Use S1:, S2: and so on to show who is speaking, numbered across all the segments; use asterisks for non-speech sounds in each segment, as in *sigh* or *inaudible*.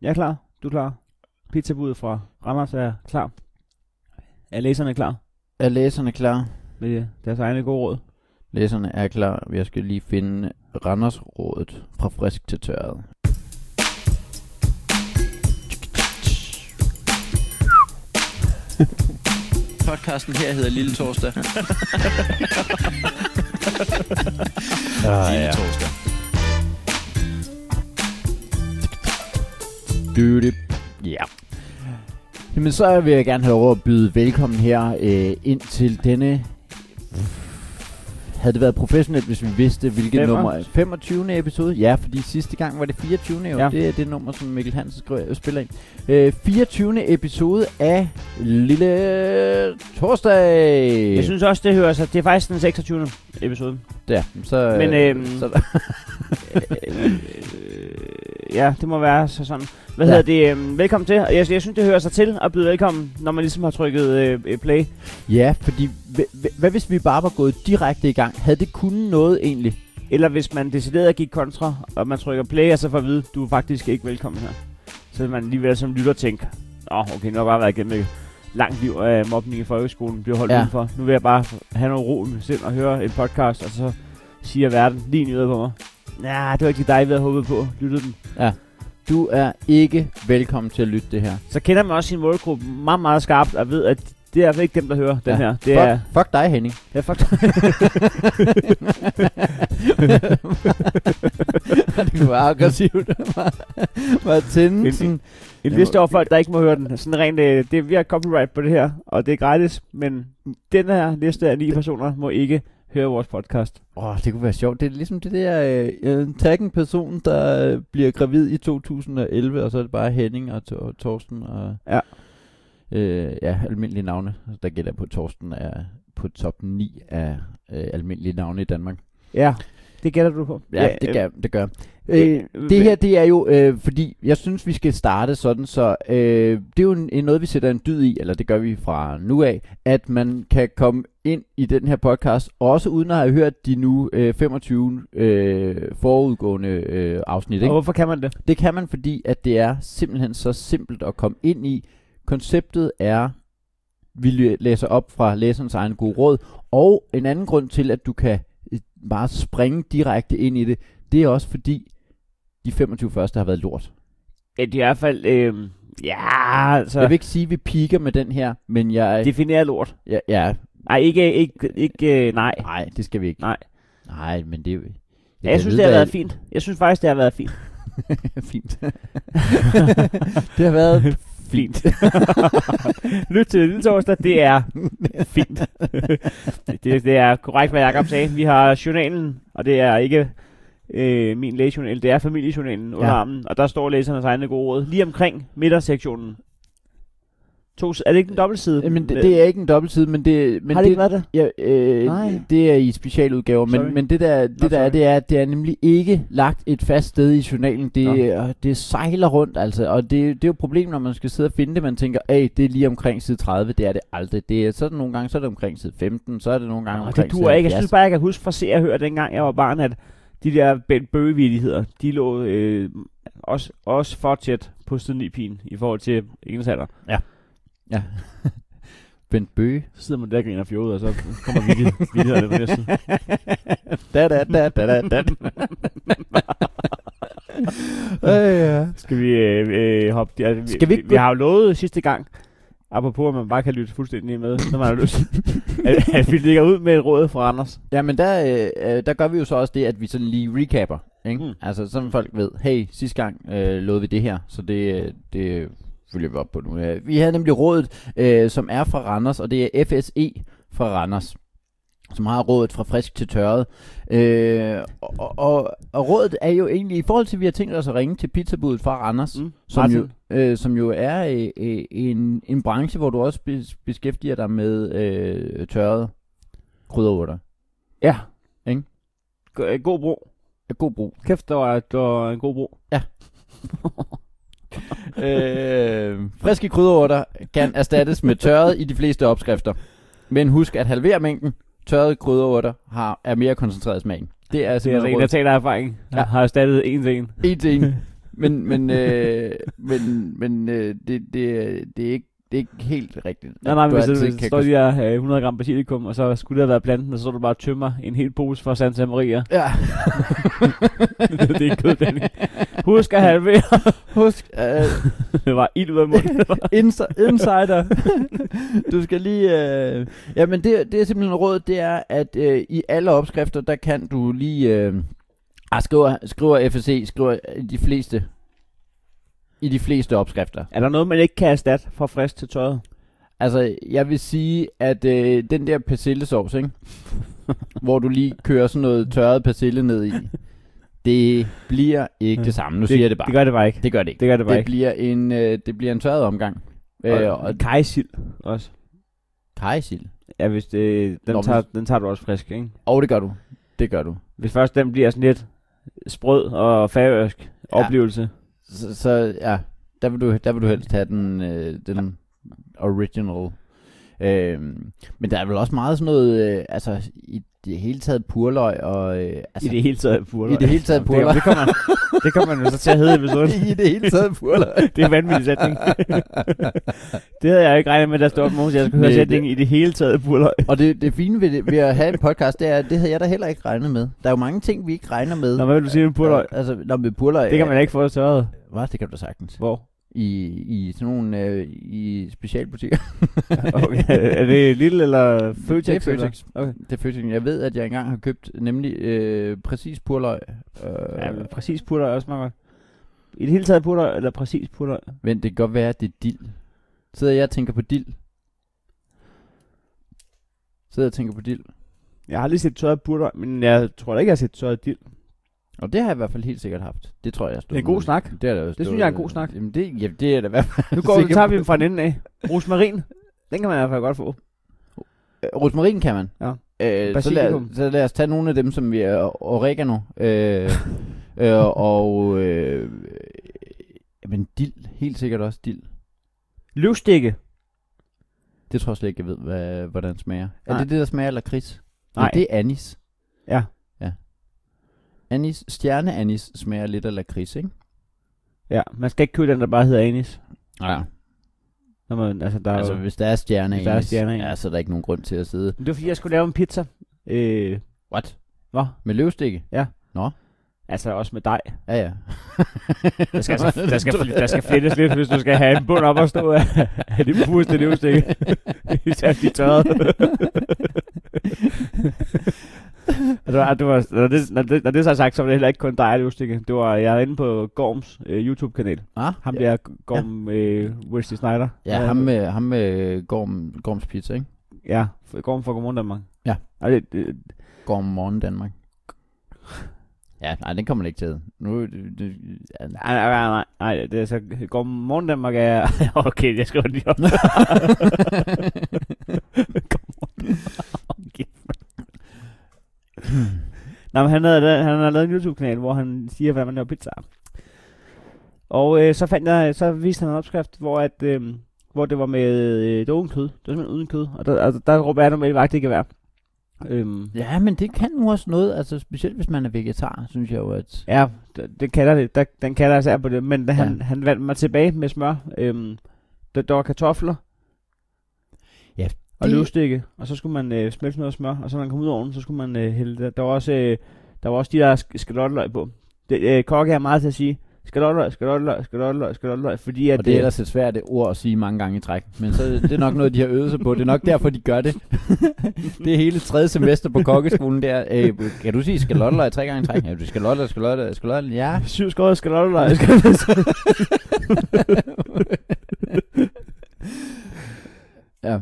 S1: Jeg er klar. Du er klar. Pizzabuddet fra Randers er klar. Er læserne klar
S2: Er læserne klar?
S1: med øh, deres egne gode råd?
S2: Læserne er klar. Jeg skal lige finde Randersrådet fra frisk til tørret.
S3: Podcasten her hedder Lille Torsdag.
S4: Ah, ja.
S3: Torsdag.
S2: Dude. Ja. Jamen, så vil jeg gerne have lov at byde velkommen her øh, ind til denne... Havde det været professionelt, hvis vi vidste, hvilket
S1: Femmer.
S2: nummer... 25. episode? Ja, fordi sidste gang var det 24. Jo.
S1: Ja.
S2: Ja. Det er det nummer, som Mikkel Hansen skriver, spiller ind. Øh, 24. episode af Lille Torsdag.
S1: Jeg synes også, det hører sig. Det er faktisk den 26. episode.
S2: Ja, så...
S1: Men, øhm,
S2: så
S1: øh, ja, det må være så sådan. Hvad
S2: Ja.
S1: ja. hedder det? Øh, velkommen til. Jeg, jeg synes, det hører sig til at byde velkommen, når man ligesom har trykket øh, øh, play.
S2: Ja, fordi hv- hv- hvad hvis vi bare var gået direkte i gang? Havde det kunnet noget egentlig?
S1: Eller hvis man decideret gik kontra, og man trykker play, og så får at vide, du er faktisk ikke velkommen her. Så vil man alligevel som lytter tænke, åh, oh, okay, nu har jeg bare været igennem et langt liv af mobning i folkeskolen, bliver holdt
S2: Ja.
S1: ja. udenfor. Nu vil jeg bare have noget ro i mig selv og høre en podcast, og så siger verden lige nyder på mig. Nej, det var ikke dig, vi havde håbet på. Lyttede den.
S2: Du er ikke velkommen til at lytte det her.
S1: Så kender man også sin målgruppe meget, meget skarpt, og ved, at det er altså ikke dem, der hører den
S2: Ja.
S1: her. Det
S2: fuck,
S1: er,
S2: fuck dig,
S1: *laughs*
S2: Henning. *laughs*
S1: ja, fuck.
S2: det kunne være
S1: *laughs*
S2: aggressivt. Var tænde
S1: En-
S2: sådan...
S1: En
S2: Jeg
S1: liste
S2: må-
S1: over folk, der ikke må høre den. Sådan rent, øh, det, vi har copyright på det her, og det er gratis, men den her liste af ni personer må ikke høre vores podcast.
S2: Åh, oh, det kunne være sjovt. Det er ligesom det der... Øh, øh, tag en person, der øh, bliver gravid i 2011, og så er det bare Henning og, Tor- og Torsten og...
S1: Ja.
S2: Øh, ja, almindelige navne. Altså, Der gælder på, at Torsten er på top 9 af øh, almindelige navne i Danmark.
S1: Ja, det gætter du på.
S2: Ja, det, gør, det gør. Øh,
S1: øh, det-
S2: det her, det er jo, øh, fordi jeg synes, vi skal starte sådan, så øh, det er jo en, en noget, vi sætter en dyd i, eller det gør vi fra nu af, at man kan komme ind i den her podcast, også uden at have hørt de nu øh, 25 øh, forudgående øh, afsnit.
S1: Og
S2: Ikke?
S1: hvorfor kan man det?
S2: Det kan man, fordi at det er simpelthen så simpelt at komme ind i. Konceptet er, vi læ- læser op fra læserens egen gode råd, og en anden grund til, at du kan øh, bare springe direkte ind i det, det er også fordi, de 25 første har været lort.
S1: Ja, det er i hvert fald, øh, ja, altså,
S2: Så. Jeg vil ikke sige, at vi piker med den her, men jeg... Det,
S1: definere lort.
S2: ja, ja,
S1: Nej, ikke, ikke, ikke øh, nej.
S2: nej, det skal vi ikke.
S1: Nej.
S2: Nej, men det er jo...
S1: Ja, jeg synes, det har været fint. Jeg synes faktisk, det har været fint.
S2: *laughs* fint.
S1: *laughs*
S2: det har været fint.
S1: Fint. *laughs* Lyt til Lille Torsdag, det er
S2: *laughs*
S1: fint. det, det er korrekt, hvad Jacob sagde. Vi har journalen, og det er ikke øh, min lægejournal, det er familiejournalen under
S2: Ja.
S1: ja. armen, og der står læsernes egne gode råd lige omkring midtersektionen. To, s- er det ikke en dobbeltside?
S2: Jamen, det, det er ikke en dobbeltside, men det... Men
S1: men har det, ikke været det?
S2: Ja, øh,
S1: Nej.
S2: det er i specialudgaver,
S1: Sorry.
S2: men, men det der, det
S1: Nå,
S2: der er,
S1: sorry.
S2: det er, at det er nemlig ikke lagt et fast sted i journalen.
S1: Nå.
S2: Det, øh, det sejler rundt, altså, og det, det er jo et problem, når man skal sidde og finde det. Man tænker, at det er lige omkring side 30, det er det aldrig. Det er, så er det nogle gange, så er det omkring side 15, så er det nogle gange
S1: Nå,
S2: omkring
S1: det
S2: side
S1: duer ikke. Jeg
S2: 70.
S1: synes bare, jeg kan huske fra se og høre, dengang jeg var barn, at de der bø- bøgevilligheder, de lå øh, også, også for tæt på siden i pigen i forhold til engelsk alder.
S2: Ja. Bent Bøge.
S1: Så sidder man der og griner fjollet, og så kommer vildighed- vildighederne på næsten.
S2: da, da, da, da, da, da.
S1: *laughs*
S2: øh, ja.
S1: Skal vi øh, øh, hoppe der? Vi,
S2: Skal vi ikke
S1: vi,
S2: gå-
S1: vi har jo lovet sidste gang, apropos at man bare kan lytte fuldstændig med, når man har lyst, *laughs* at, at vi ligger ud med et råd fra Anders.
S2: Ja, men der, øh, øh, der gør vi jo så også det, at vi sådan lige recapper. Ikke? Mm.
S1: Mm.
S2: Altså, sådan folk ved, hey, sidste gang øh, lovede vi det her, så det, øh, det følger vi op på nu. Øh, Vi havde nemlig rådet, øh, som er fra Randers, og det er FSE fra Randers, som har rådet fra frisk til tørret. Øh, og, og- og, og rådet er jo egentlig, i forhold til, at vi har tænkt os at ringe til pizzabuddet fra Randers,
S1: Mm.
S2: som
S1: Martin?
S2: jo, øh, som jo er øh, øh, en, en branche, hvor du også bes- beskæftiger dig med øh, tørrede krydderurter.
S1: Ja.
S2: Ikke?
S1: Go- øh, god bro.
S2: Af god brug.
S1: Kæft, der var, der var en god bro.
S2: øh, friske krydderurter kan erstattes med tørrede i de fleste opskrifter. Men husk at halvere mængden. Tørrede krydderurter har, er mere koncentreret i smagen. Det er
S1: Det er altså
S2: simpelthen
S1: en, der taler af erfaring.
S2: Ja.
S1: Ja. Har erstattet en til en.
S2: rådet. en til en. men men, øh, men, men øh, det, det, det, er ikke, det er ikke helt rigtigt.
S1: Nej, nej, men
S2: Du
S1: hvis
S2: altid
S1: du,
S2: kan
S1: står
S2: gå-
S1: de der øh, 100 gram basilikum, og så skulle der være planten, og så står du bare og tømmer en hel pose fra Santa *laughs* Maria.
S2: Ja.
S1: det er kød, Danny. Husk at halvere. *laughs*
S2: Husk, øh,
S1: det var ild ud af munden.
S2: Insta- insider. *laughs* du skal lige... Øh... Ja, men det, det er simpelthen rådet, det er, at øh, i alle opskrifter, der kan du lige... Øh... Ah, skriver, skriver FSC, skriver i de fleste... I de fleste opskrifter.
S1: er der noget, man ikke kan erstatte fra frisk til tøjet?
S2: Altså, jeg vil sige, at øh, den der persillesovs, ikke? *laughs* hvor du lige kører sådan noget tørret persille ned i, det bliver ikke det samme. Nu siger jeg det bare.
S1: Det gør det bare ikke.
S2: det gør det ikke.
S1: Det gør det bare
S2: Det
S1: ikke.
S2: bliver en, øh, det bliver en tørret omgang. Øh, og
S1: kajsild også.
S2: kajsild.
S1: Ja, hvis det, den,
S2: Nå,
S1: Nå,
S2: men-
S1: tager, den tager du også frisk, ikke?
S2: Og det gør du. Det gør du.
S1: Hvis først den bliver sådan lidt sprød og færøsk ja. oplevelse.
S2: Så, så ja, der vil, du, der vil du helst have den, øh, den original. Øhm, men der er vel også meget sådan noget, øh, altså i det hele taget purløg og... Øh,
S1: I
S2: altså,
S1: det hele taget purløg.
S2: I det hele taget
S1: *laughs* Det,
S2: purløg.
S1: det kommer, det kommer man jo så til at hedde i
S2: *laughs*
S1: episoden.
S2: *laughs* I det hele taget purløg.
S1: Det er en vanvittig
S2: *laughs*
S1: sætning. det havde jeg ikke regnet med, der stod op morgen, jeg skulle høre
S2: Nej, det-
S1: sætningen i det hele taget purløg.
S2: og det, det fine ved, det, ved at have en podcast, det er, at det havde jeg da heller ikke regnet med. Der er jo mange ting, vi ikke regner med.
S1: Nå, hvad vil du sige med purløg?
S2: Altså, når med purløg...
S1: Det kan man da ikke få tørret.
S2: Hvad? Det kan du da sagtens.
S1: Hvor?
S2: I, i sådan nogle øh, i specialbutikker.
S1: *laughs* Okay. er det Lille eller Føtex?
S2: Det er
S1: eller?
S2: Føtex.
S1: Okay.
S2: Det er Føtex. Jeg ved, at jeg engang har købt nemlig øh, præcis purløg. Øh,
S1: Ja, men præcis purløg også meget godt. I det hele taget purløg, eller præcis purløg?
S2: Vent, det kan godt være, at det er dild. Sidder jeg og tænker på dild. Sidder jeg og tænker på dild.
S1: Jeg har lige set tørret purløg, men jeg tror da ikke, jeg har set tørret dild.
S2: Og det har jeg i hvert fald helt sikkert haft. Det tror jeg, jeg stod
S1: Det er en god
S2: med.
S1: snak.
S2: Det, er der,
S1: Det synes jeg er en god snak.
S2: Jamen det, ja, det er der i hvert fald.
S1: Nu går vi, tager vi dem fra den ende af. Rosmarin, den kan man i hvert fald godt få.
S2: Øh, Rosmarin kan man.
S1: Ja.
S2: Øh, så, lad,
S1: Basilikum.
S2: så lad os tage nogle af dem, som vi er oregano.
S1: *laughs*
S2: Øh, øh, og øh, men dild. Helt sikkert også dild.
S1: Løvstikke.
S2: Det tror jeg slet ikke, jeg ved, hvad, hvordan smager. Nej. Er
S1: Nej.
S2: det det, der smager lakrids?
S1: Nej.
S2: Ja, det er anis.
S1: Ja.
S2: Ja. Anis, stjerneanis smager lidt af lakrids, ikke?
S1: Ja, man skal ikke købe den, der bare hedder anis.
S2: Ja.
S1: Når man, altså, der er
S2: Altså,
S1: jo...
S2: hvis der er stjerneanis,
S1: Hvis der er stjerneanis.
S2: ja, så er der ikke nogen grund til at sidde.
S1: Men Det var fordi, jeg skulle lave en pizza. Øh,
S2: What?
S1: hvad?
S2: Med løvstikke?
S1: Altså også med dig.
S2: Ja, ja.
S1: *laughs* Der skal, altså, der skal, der
S2: *laughs*
S1: *laughs* skal flettes lidt, hvis du skal have en bund op og stå af, *laughs* af det puste løvstikke. *laughs* Især de tørrede. *laughs* Og det var, det var, når, det, når, det, når det så er sagt, så var det heller ikke kun dig, løvstikke. Det var, jeg er inde på Gorms øh, YouTube-kanal.
S2: ah,
S1: Ham
S2: ja.
S1: der Gorm øh, Wesley Snyder. Øh,
S2: Ja, ham med, ham med Gorm, Gorms Pizza, ikke?
S1: Ja, f- Gorm fra Godmorgen Danmark.
S2: Ja.
S1: Og det, det,
S2: Gorm
S1: *laughs*
S2: Morgen Danmark. Ja, nej, den kommer man ikke til. Nu, det, det, ja, nej.
S1: nej, nej, nej, nej, nej, det er så Godmorgen Danmark er... *laughs* okay, jeg skriver det lige op. Nej, men han, havde, la- han har lavet en YouTube-kanal, hvor han siger, hvordan man laver pizza. Og øh, så fandt jeg, så viste han en opskrift, hvor, at, øh, hvor det var med øh, det var uden kød. Det var simpelthen uden kød. Og der, altså, der råber jeg normalt vagt, det kan være. Øhm,
S2: *laughs* ja, men det kan nu også noget, altså specielt hvis man er vegetar, synes jeg jo, at...
S1: ja, det, det kalder det. Der, den kalder jeg især på det. Men da han,
S2: Ja.
S1: han vandt mig tilbage med smør. Øhm, der, der var kartofler.
S2: Ja,
S1: Og
S2: det-
S1: løvstikke. Og så skulle man øh, smelte noget smør. Og så når man kom ud af ovnen, så skulle man øh, hælde det. Der var også, øh, der var også de der sk- skalotteløg på. Det, øh, kokke er meget til at sige. Skalotteløg, skalotteløg, skalotteløg, skalotteløg. Fordi at,
S2: Og det er
S1: øh,
S2: ellers et svært ord at sige mange gange i træk. Men så, det er nok noget, de har øvet sig på. Det er nok derfor, de gør det. *laughs* det er hele tredje semester på kokkeskolen der. Øh, kan du sige skalotteløg tre gange i træk? Ja, du skalotteløg, skalotteløg, skalotteløg. Ja.
S1: Syv skåret skalotteløg.
S2: *laughs* ja.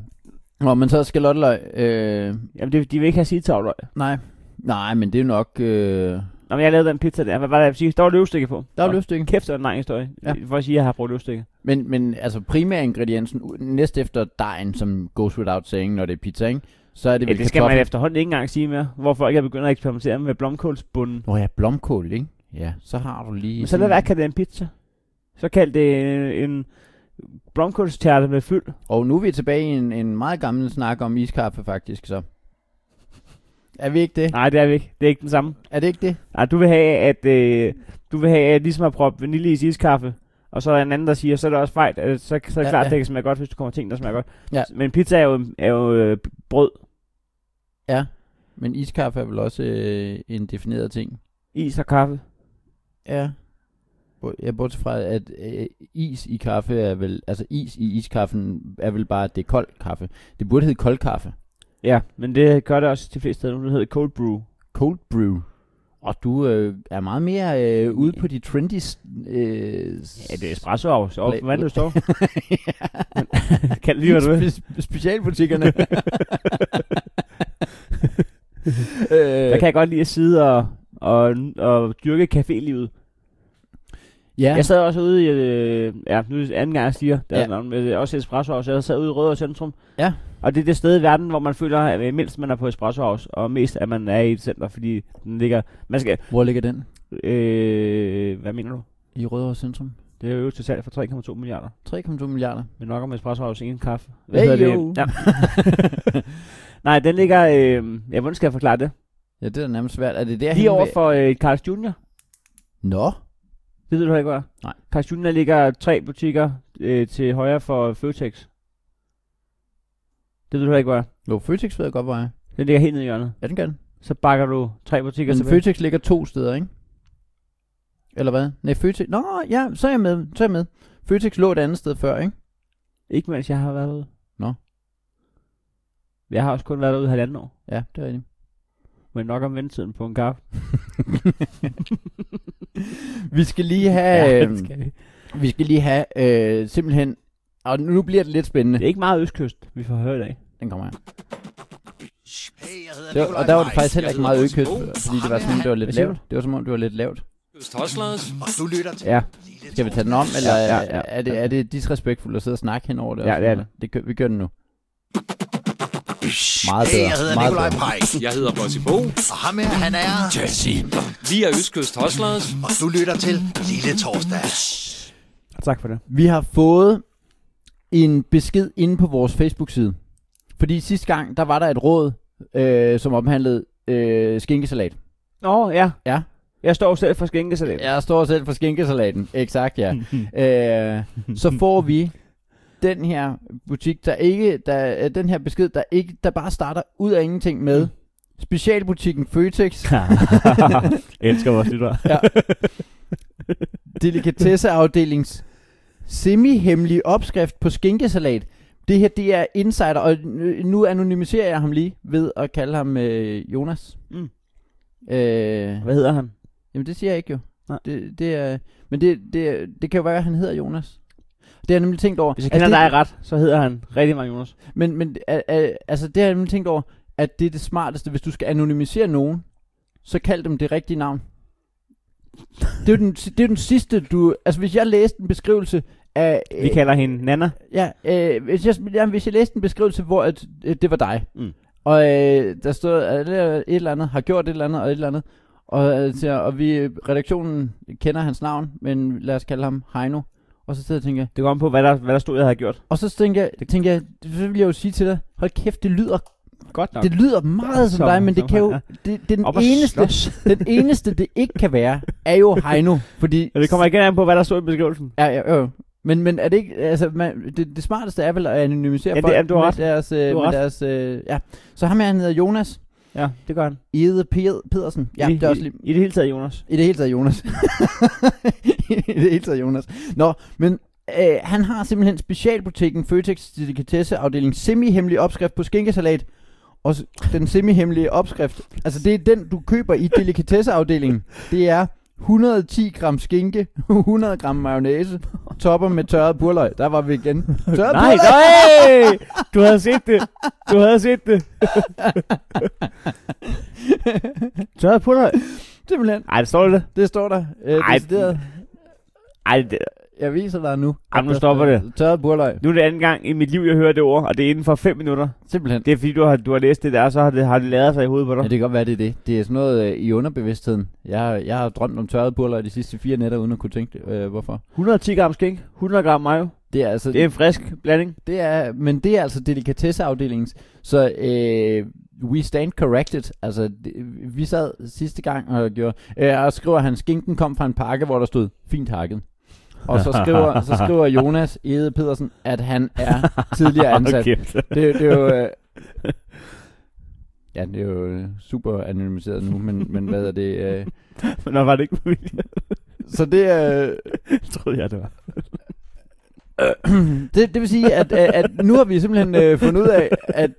S2: Nå, men så skalotteløg. Øh,
S1: Jamen, det, de vil ikke have sitavløg.
S2: nej. Nej, men det er nok... Øh,
S1: Nå, men jeg lavede den pizza der. Hvad var det, jeg ville sige? Der var løvstikke på.
S2: der er
S1: Nå,
S2: løsting.
S1: Kæft, det var en lang historie.
S2: Ja.
S1: Ja. For at sige, at jeg har brugt løvstikke.
S2: Men, men altså primære ingrediensen, u- næst efter dejen, som goes without saying, når det er pizza, ikke? så er det
S1: Ja,
S2: vel
S1: det skal man
S2: kartofler-
S1: efterhånden ikke engang sige mere. Hvor folk er begyndt at eksperimentere med blomkålsbunden.
S2: Nå ja, blomkål, ikke? Ja, så har du lige...
S1: Men så lad
S2: sådan-
S1: være at kalde det en pizza. Så kald det en, en blomkålstærte med fyld.
S2: Og nu er vi tilbage i en, en meget gammel snak om iskaffe, faktisk, så. Er vi ikke det?
S1: Nej, det er vi ikke. Det er ikke den samme.
S2: Er det ikke det?
S1: Nej, du vil have, at øh, du vil have at ligesom at proppe vanilje i iskaffe, og så er der en anden, der siger, så er det også fejl. Øh, Så, så er det
S2: Ja,
S1: ja, klart,
S2: ja.
S1: ja. det kan smage godt, hvis du kommer ting, der smager godt.
S2: Ja.
S1: Men pizza er jo, er jo øh, brød,
S2: Men iskaffe er vel også øh, en defineret ting?
S1: is og kaffe.
S2: Ja. Jeg bortset fra, at øh, is i kaffe er vel... Altså is i iskaffen er vel bare, at det er kold kaffe. Det burde hedde kold kaffe.
S1: Ja, men det gør det også de fleste steder. Nu Det hedder cold brew.
S2: Cold brew. Og du øh, er meget mere øh, ude på de trendy... Øh, s-
S1: Ja, det er
S2: *laughs*
S1: espresso også. Og
S2: Bla-
S1: hvad du
S2: *laughs*
S1: står?
S2: ja.
S1: kan det lige, hvad du vil.
S2: Spe- specialbutikkerne. *laughs* øh,
S1: Der kan jeg godt lide at sidde og, og, og dyrke cafélivet.
S2: ja.
S1: Jeg sad også ude i, øh, ja, nu er det anden gang jeg siger, der
S2: Ja.
S1: ja. navn, med, også Espresso House, jeg sad ude i Rødovre Centrum.
S2: Ja.
S1: Og det er det sted i verden, hvor man føler, at øh, mindst man er på Espresso House, og mest at man er i et center, fordi den ligger, man skal,
S2: Hvor ligger den?
S1: øh, hvad mener du?
S2: I Rødovre Centrum.
S1: Det er jo til salg for 3,2 milliarder.
S2: 3,2 milliarder.
S1: Men nok om Espresso House, ingen kaffe.
S2: Hey,
S1: hedder
S2: jo.
S1: Ja. *laughs* Nej, den ligger, øh, ja, hvordan skal jeg forklare det?
S2: Ja, det er da nærmest svært. Er det der
S1: Lige over for øh, Carl's Jr.
S2: Nå.
S1: Det ved du heller ikke, hvor er.
S2: Nej.
S1: Carl's Jr. ligger tre butikker øh, til højre for Føtex. Det ved du heller ikke, hvor er.
S2: Jo, Føtex ved jeg godt, hvor er.
S1: Den ligger helt nede i hjørnet.
S2: Ja, den gør den.
S1: Så bakker du tre butikker
S2: Men
S1: tilbage.
S2: Føtex ligger to steder, ikke? Eller hvad? Nej, Føtex... Nå, ja, så er jeg med. Så er jeg med. Føtex lå et andet sted før, ikke?
S1: Ikke mens jeg har været ude.
S2: Nå.
S1: Jeg har også kun været ude halvanden år.
S2: Ja, det er rigtigt.
S1: Men nok om ventetiden på en kaffe.
S2: Vi skal lige have...
S1: ja,
S2: øhm,
S1: det, skal vi.
S2: Vi skal lige have øh, simpelthen... Og nu bliver det lidt spændende.
S1: det er ikke meget østkyst, vi får høre i dag.
S2: Den kommer her.
S4: Hey, jeg hedder
S2: Det var, og der var det faktisk heller ikke meget økøst, fordi det var som om, det
S1: Hvad
S2: var lidt
S1: siger
S2: lavt. Det var som om, det var lidt lavt.
S4: Og du lytter til...
S1: Ja,
S2: Skal vi tage den om, eller
S1: Ja,
S2: ja,
S1: ja,
S2: ja,
S1: ja.
S2: Er, det, er det disrespektfuldt at sidde og snakke hen over det?
S1: Ja,
S2: og
S1: det er
S2: sådan noget? det kø- vi gør den nu. Meget
S4: Hey,
S2: bedre,
S4: jeg hedder
S2: meget
S4: Nikolaj
S2: bedre.
S4: Pejsen.
S5: Jeg hedder Bossy Bo.
S4: Og ham her, han er... Jesse.
S5: Vi er Østkyst Hoslers.
S4: Og du lytter til Lille Torsdag.
S1: tak for det.
S2: Vi har fået en besked inde på vores Facebook-side. Fordi sidste gang, der var der et råd, øh, som omhandlede øh, skinkesalat.
S1: Nå, ja.
S2: Ja.
S1: Jeg står selv for skænkesalat.
S2: Jeg står selv for skinkesalaten. Exakt, ja. øh, så får vi den her butik, der ikke, der, øh, den her besked, der ikke, der bare starter ud af ingenting med specialbutikken Føtex,
S1: elsker vores lyttere.
S2: delikatesseafdelings semi-hemmelige opskrift på skinkesalat. Det her, det er insider, og nu- nu anonymiserer jeg ham lige ved at kalde ham øh, Jonas.
S1: Mm.
S2: Øh,
S1: Hvad hedder han?
S2: Jamen det siger jeg ikke jo.
S1: Nej.
S2: Det, det er, men det, det, det kan jo være, at han hedder Jonas. Det har jeg nemlig tænkt over.
S1: Hvis jeg
S2: Altså,
S1: kender
S2: det,
S1: dig ret, så hedder han rigtig mange Jonas.
S2: Men, men øh, øh, altså, det har jeg nemlig tænkt over, at det er det smarteste. Hvis du skal anonymisere nogen, så kald dem det rigtige navn. det, er jo den, det er den sidste, du... Altså, hvis jeg læste en beskrivelse af... øh,
S1: Vi kalder hende Nana.
S2: Ja, øh, hvis, jeg, ja, hvis jeg læste en beskrivelse, hvor at, øh, det var dig,
S1: Mm.
S2: og øh, der stod, at et eller andet har gjort et eller andet og et eller andet, og, øh, siger, og vi, øh, redaktionen kender hans navn, men lad os kalde ham Heino. Og så sidder jeg og tænker,
S1: Det går om på, hvad der, hvad der stod, jeg havde gjort.
S2: og så tænker jeg, tænker jeg, så vil jeg jo sige til dig, hold kæft, det lyder,
S1: Godt nok.
S2: det lyder meget som
S1: Som-
S2: dig, men det
S1: som
S2: kan jo,
S1: han
S2: det, det er den
S1: Op at
S2: eneste,
S1: *laughs* slås.
S2: den eneste, det ikke kan være, er jo Heino, fordi...
S1: Ja, det kommer igen an på, hvad der stod i beskrivelsen.
S2: Ja, ja, jo. Men, men er det ikke, altså, man, det, det smarteste er vel at anonymisere
S1: Ja, det
S2: folk
S1: er- du har
S2: med
S1: ret.
S2: deres, øh,
S1: Du har
S2: med
S1: ret.
S2: deres øh, ja. Så ham her, han hedder Jonas
S1: Ja, det gør han.
S2: Ede Ped- Pedersen. Ja,
S1: I,
S2: det er også
S1: i,
S2: lige,
S1: I det hele taget, Jonas.
S2: i det hele taget Jonas. *laughs* I det hele taget Jonas. Nå, men øh, han har simpelthen specialbutikken Føtex Delikatesseafdeling semi-hemmelig opskrift på skinkesalat. Og s- den semi-hemmelige opskrift, altså det er den, du køber i delikatesseafdelingen. Det er 110 gram skinke, 100 gram mayonnaise, topper med tørret burløg. Der var vi igen. Tørret
S1: Nej,
S2: burløg!
S1: *laughs* nej! Du havde set det. Du havde set det. Tørret på dig.
S2: Simpelthen,
S1: Ej, det står det.
S2: det står der. Øh,
S1: Ej,
S2: decideret.
S1: Ej, det,
S2: Jeg viser dig nu.
S1: Ej, nu stopper det.
S2: Tørret burløg.
S1: nu er det anden gang i mit liv, jeg hører det ord, og det er inden for 5 minutter.
S2: Simpelthen.
S1: Det er fordi, du har, du har læst det der, og så har det, har det lavet sig i hovedet på dig.
S2: Ja, det kan godt være, det er det. Det er sådan noget øh, i underbevidstheden. Jeg, har- jeg har drømt om tørrede burler de sidste fire nætter, uden at kunne tænke det. Øh, hvorfor?
S1: 110 gram skink, 100 gram mayo,
S2: Det er altså
S1: Det er en frisk blanding.
S2: det er, men det er altså delikatesseafdelingens. Så øh, we stand corrected. Altså, det, vi sad sidste gang og gjorde, øh, og skriver han, skinken kom fra en pakke, hvor der stod, fint hakket. Og så skriver, så
S1: *laughs*
S2: skriver Jonas Ede Pedersen, at han er tidligere ansat. okay.
S1: kæft.
S2: det, det er jo... Øh, ja, det er jo øh, super anonymiseret nu, men, men hvad er det? Øh,
S1: *laughs* Nå, var det ikke med vilje?
S2: så det er... Øh,
S1: troede jeg, det var.
S2: *clears throat* det, det vil sige, at, at, at nu har vi simpelthen øh, fundet ud af, at,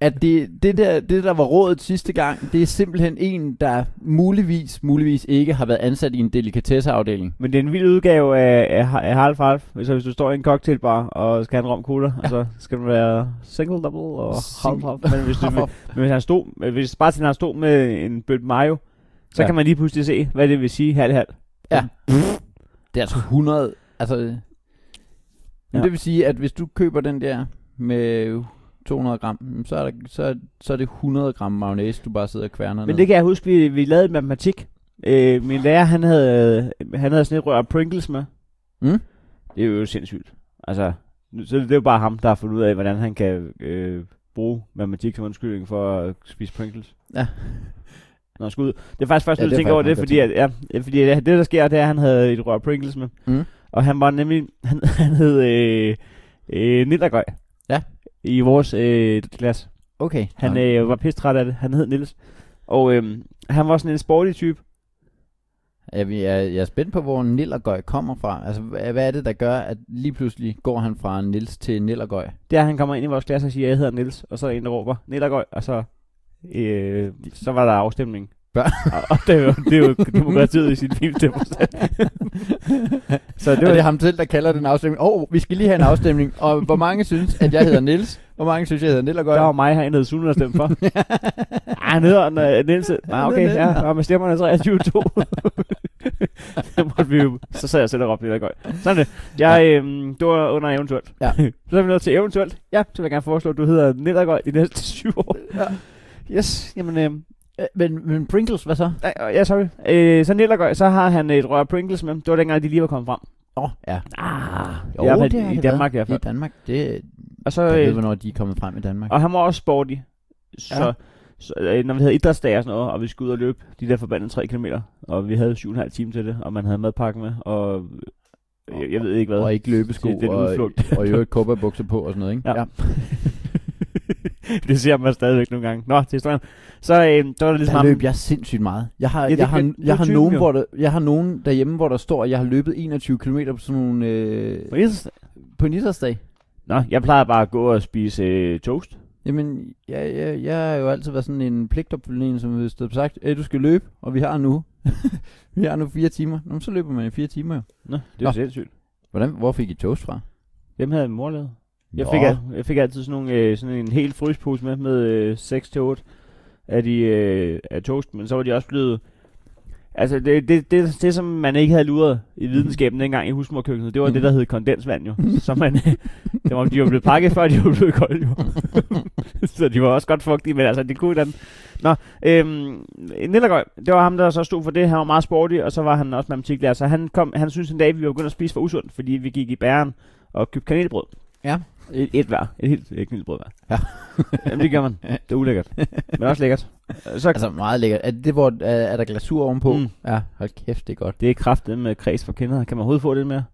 S2: at det, det, der, det, der var rådet sidste gang, det er simpelthen en, der muligvis, muligvis ikke har været ansat i en delikatesseafdeling.
S1: Men det er en vild udgave af, af, af Harald Falf. Så hvis du står i en cocktailbar og skal have en rom cola, ja. og så skal du være single double og half
S2: Single-
S1: half. Men
S2: *laughs*
S1: hvis, du, men hvis, han stod, men hvis bare til han stod med en bødt mayo, så
S2: Ja.
S1: ja. kan man lige pludselig se, hvad det vil sige halv halv.
S2: Det er altså 100, altså... Ja.
S1: Ja.
S2: Det vil sige, at hvis du køber den der med 200 gram, så er, der, så, er- så er det 100 gram mayonnaise, du bare sidder og kværner
S1: Men
S2: ned.
S1: det kan jeg huske, vi, vi lavede matematik. Øh, min lærer, han havde, han havde sådan et rør Pringles med.
S2: Mm?
S1: Det er jo sindssygt. Altså, nu- så det er jo bare ham, der har fundet ud af, hvordan han kan øh, bruge matematik som undskyldning for at spise Pringles.
S2: Ja.
S1: Nå, skud. Det er faktisk først, ja,
S2: Ja, det
S1: du
S2: er
S1: tænker over det,
S2: faktisk
S1: fordi, at, ja, ja, fordi det, det, der sker, det er, at han havde et rør Pringles med.
S2: Mm.
S1: Og han var nemlig, *laughs* han, han hed øh, øh, Nildergøj.
S2: Ja.
S1: I vores øh, klasse.
S2: Okay.
S1: Han
S2: Nå.
S1: øh, var pisse træt af det. Han hed Nils. Og øh, han var sådan en sporty type.
S2: Jeg, jeg, jeg er spændt på, hvor Nillergøj kommer fra. Altså, hvad, hvad er det, der gør, at lige pludselig går han fra Nils til Nillergøj?
S1: Det er, at han kommer ind i vores klasse og siger, jeg hedder Nils. Og så er der en, der råber, Nillergøj. Og så, øh, så var der afstemning.
S2: Bør-
S1: og, og det er jo, det er jo demokratiet i sin filmstemme.
S2: *laughs*
S1: så
S2: Det
S1: det
S2: er
S1: var
S2: det ham selv, der kalder den afstemning. Åh, oh, vi skal lige have en afstemning.
S1: *laughs*
S2: Og hvor mange synes, at jeg hedder Nils? Hvor mange synes, jeg hedder Nillergøj?
S1: Der var mig herinde, der Sune, der stemte for. Ah, han hedder øh, Niels. Nej, okay,
S2: Nielsen,
S1: ja. Og med stemmerne 23
S2: *laughs*
S1: 2. så, måtte vi jo, så sad jeg selv og råbte lidt godt. Sådan det. Jeg, øhm, det var under eventuelt.
S2: Ja.
S1: *laughs* så er vi nået til eventuelt. Ja, så vil jeg gerne foreslå, at du hedder Nedergaard de næste *laughs* syv år. Ja. Yes, jamen, øhm,
S2: Øh, *laughs* Men, men Pringles, hvad så?
S1: nej, øh, ja, sorry. Øh, så Nedergaard, så har han et rør Pringles med. Det var dengang, de lige var kommet frem.
S2: Åh, oh, ja.
S1: Ah,
S2: Jo,
S1: i, hvert
S2: det har
S1: fald i
S2: det
S1: Danmark i hvert
S2: I
S1: fald.
S2: Danmark. Det,
S1: Og så,
S2: jeg ved,
S1: øh,
S2: hvornår de er kommet frem i Danmark.
S1: Og han var også sporty. Så,
S2: Ja.
S1: ja. så øh, når vi havde idrætsdage og sådan noget, og vi skulle ud og løbe de der forbandede 3 km, og vi havde 7,5 timer til det, og man havde madpakken med, og øh, jeg, jeg ved ikke hvad.
S2: og ikke løbesko,
S1: Det- det er en
S2: og,
S1: udflugt.
S2: og i øvrigt kobberbukser på og sådan noget, ikke?
S1: Ja. *laughs* det ser man stadigvæk nogle gange. Nå, til historien. Så øh, der var det ligesom
S2: Der
S1: ham-
S2: løb jeg sindssygt meget. Jeg har,
S1: Ja,
S2: ja,
S1: det
S2: jeg har,
S1: kan-
S2: jeg,
S1: du er
S2: jeg har
S1: typen,
S2: nogen,
S1: jo.
S2: hvor der, jeg har nogen derhjemme, hvor der står, at jeg har løbet 21 km på sådan nogle, øh,
S1: på idrætsdag.
S2: på en idrætsdag.
S1: Nå, jeg plejede bare at gå og spise øh, toast.
S2: Jamen, jeg, jeg, jeg har jo altid været sådan en pligtopfyldende, en, som hvis du har sagt, at du skal løbe, og vi har nu. *laughs* vi har nu fire timer. Nå, men så løber man i fire timer jo.
S1: Nå, det
S2: Nå.
S1: var sindssygt.
S2: Hvordan, hvor fik I toast fra?
S1: Hvem havde min mor lavet? Jeg
S2: Nå.
S1: fik, al- jeg fik altid sådan, nogle, øh, sådan en hel fryspose med, med øh, 6-8 af, de, øh, af toast, men så var de også blevet... Altså, det, det, det, det som man ikke havde luret i videnskaben dengang i husmorkøkkenet, det var det, der hed kondensvand jo. Så man, øh, det var, de var blevet pakket, før de var blevet kolde jo. så de var også godt fugtige, men altså, det kunne den. Nå, øhm, Nillergøj, det var ham, der så stod for det. Han var meget sporty, og så var han også matematiklærer. Så han, kom, han synes en dag, vi var begyndt at spise for usundt, fordi vi gik i bæren og købte kanelbrød.
S2: Ja.
S1: Et, et hver. Et helt et knildbrød hver.
S2: Ja.
S1: Jamen, det gør man. Det er ulækkert. Men også lækkert. Så, altså,
S2: Altså meget lækkert. Er det, hvor er, er der glasur ovenpå?
S1: Mm.
S2: Ja, hold kæft, det er godt.
S1: det er kraften med kreds for kender. Kan man overhovedet få det mere?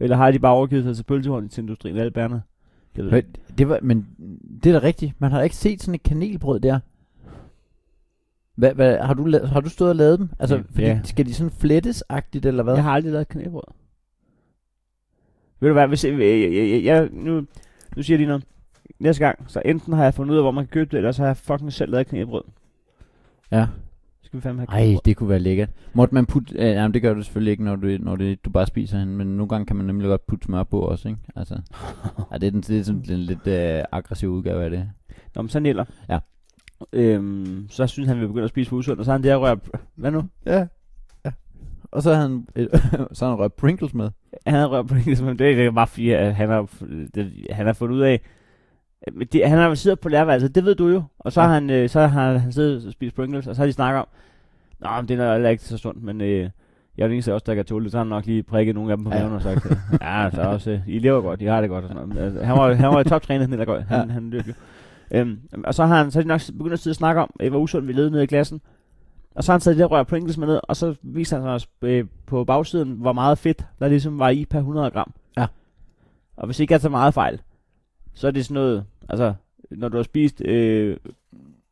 S1: Eller har de bare overgivet sig til pølsehånd til industrien alle bærerne? Jeg ved det ikke.
S2: Men det, var, men det er da rigtigt. Man har da ikke set sådan et kanelbrød der. Hvad, hvad, har, du la- har du stået og lavet dem? Altså,
S1: Mm,
S2: fordi,
S1: ja.
S2: skal de sådan flettes-agtigt, eller hvad?
S1: Jeg har aldrig lavet kanelbrød. Ved du hvad, hvis jeg, jeg, jeg, jeg, jeg nu, nu siger jeg lige noget. Næste gang, så enten har jeg fundet ud af, hvor man kan købe det, eller så har jeg fucking selv lavet kanelbrød.
S2: Ja.
S1: Så Skal vi fandme have
S2: Ej, det kunne være lækkert. Måtte man putte... Øh, jamen, det gør du selvfølgelig ikke, når du, når det, du bare spiser hende, men nogle gange kan man nemlig godt putte smør på også, ikke? *laughs* Altså, ja, det er, den, det er sådan den lidt øh, aggressiv udgave af det.
S1: Nå, men så Niller.
S2: Ja.
S1: Øhm, så synes han, vi begynder at spise for usundt, og så har han det her rør. Hvad nu?
S2: Ja. ja. Og så har han, øh, *laughs* så har han rørt Pringles med.
S1: Han havde rør på det, men det er ikke bare fordi, at han har, det, han har fundet ud af, men det, han har siddet på lærerværelset, det ved du jo. Og så
S2: Ja.
S1: har han, øh, så har han siddet og spist Pringles, og så har de snakket om, Nå, men det er nok heller ikke så sundt, men øh, Jeg er den eneste af os, der kan tåle det. Så har han nok lige prikket nogle af dem på
S2: Ja.
S1: maven og sagt, ja, så også, øh, I lever godt, I har det godt. Og sådan noget. Men, altså, han var, han var toptrænet, han, ja. han, han løb jo. Øhm, og så har han så er de nok begyndt at sidde og snakke om, øh, hvor usundt vi levede nede i klassen. Og så har han taget det der rør Pringles med ned, og så viser han os øh, på bagsiden, hvor meget fedt der ligesom var i per 100 gram.
S2: Ja.
S1: Og hvis ikke jeg tager meget fejl, så er det sådan noget, altså, når du har spist øh,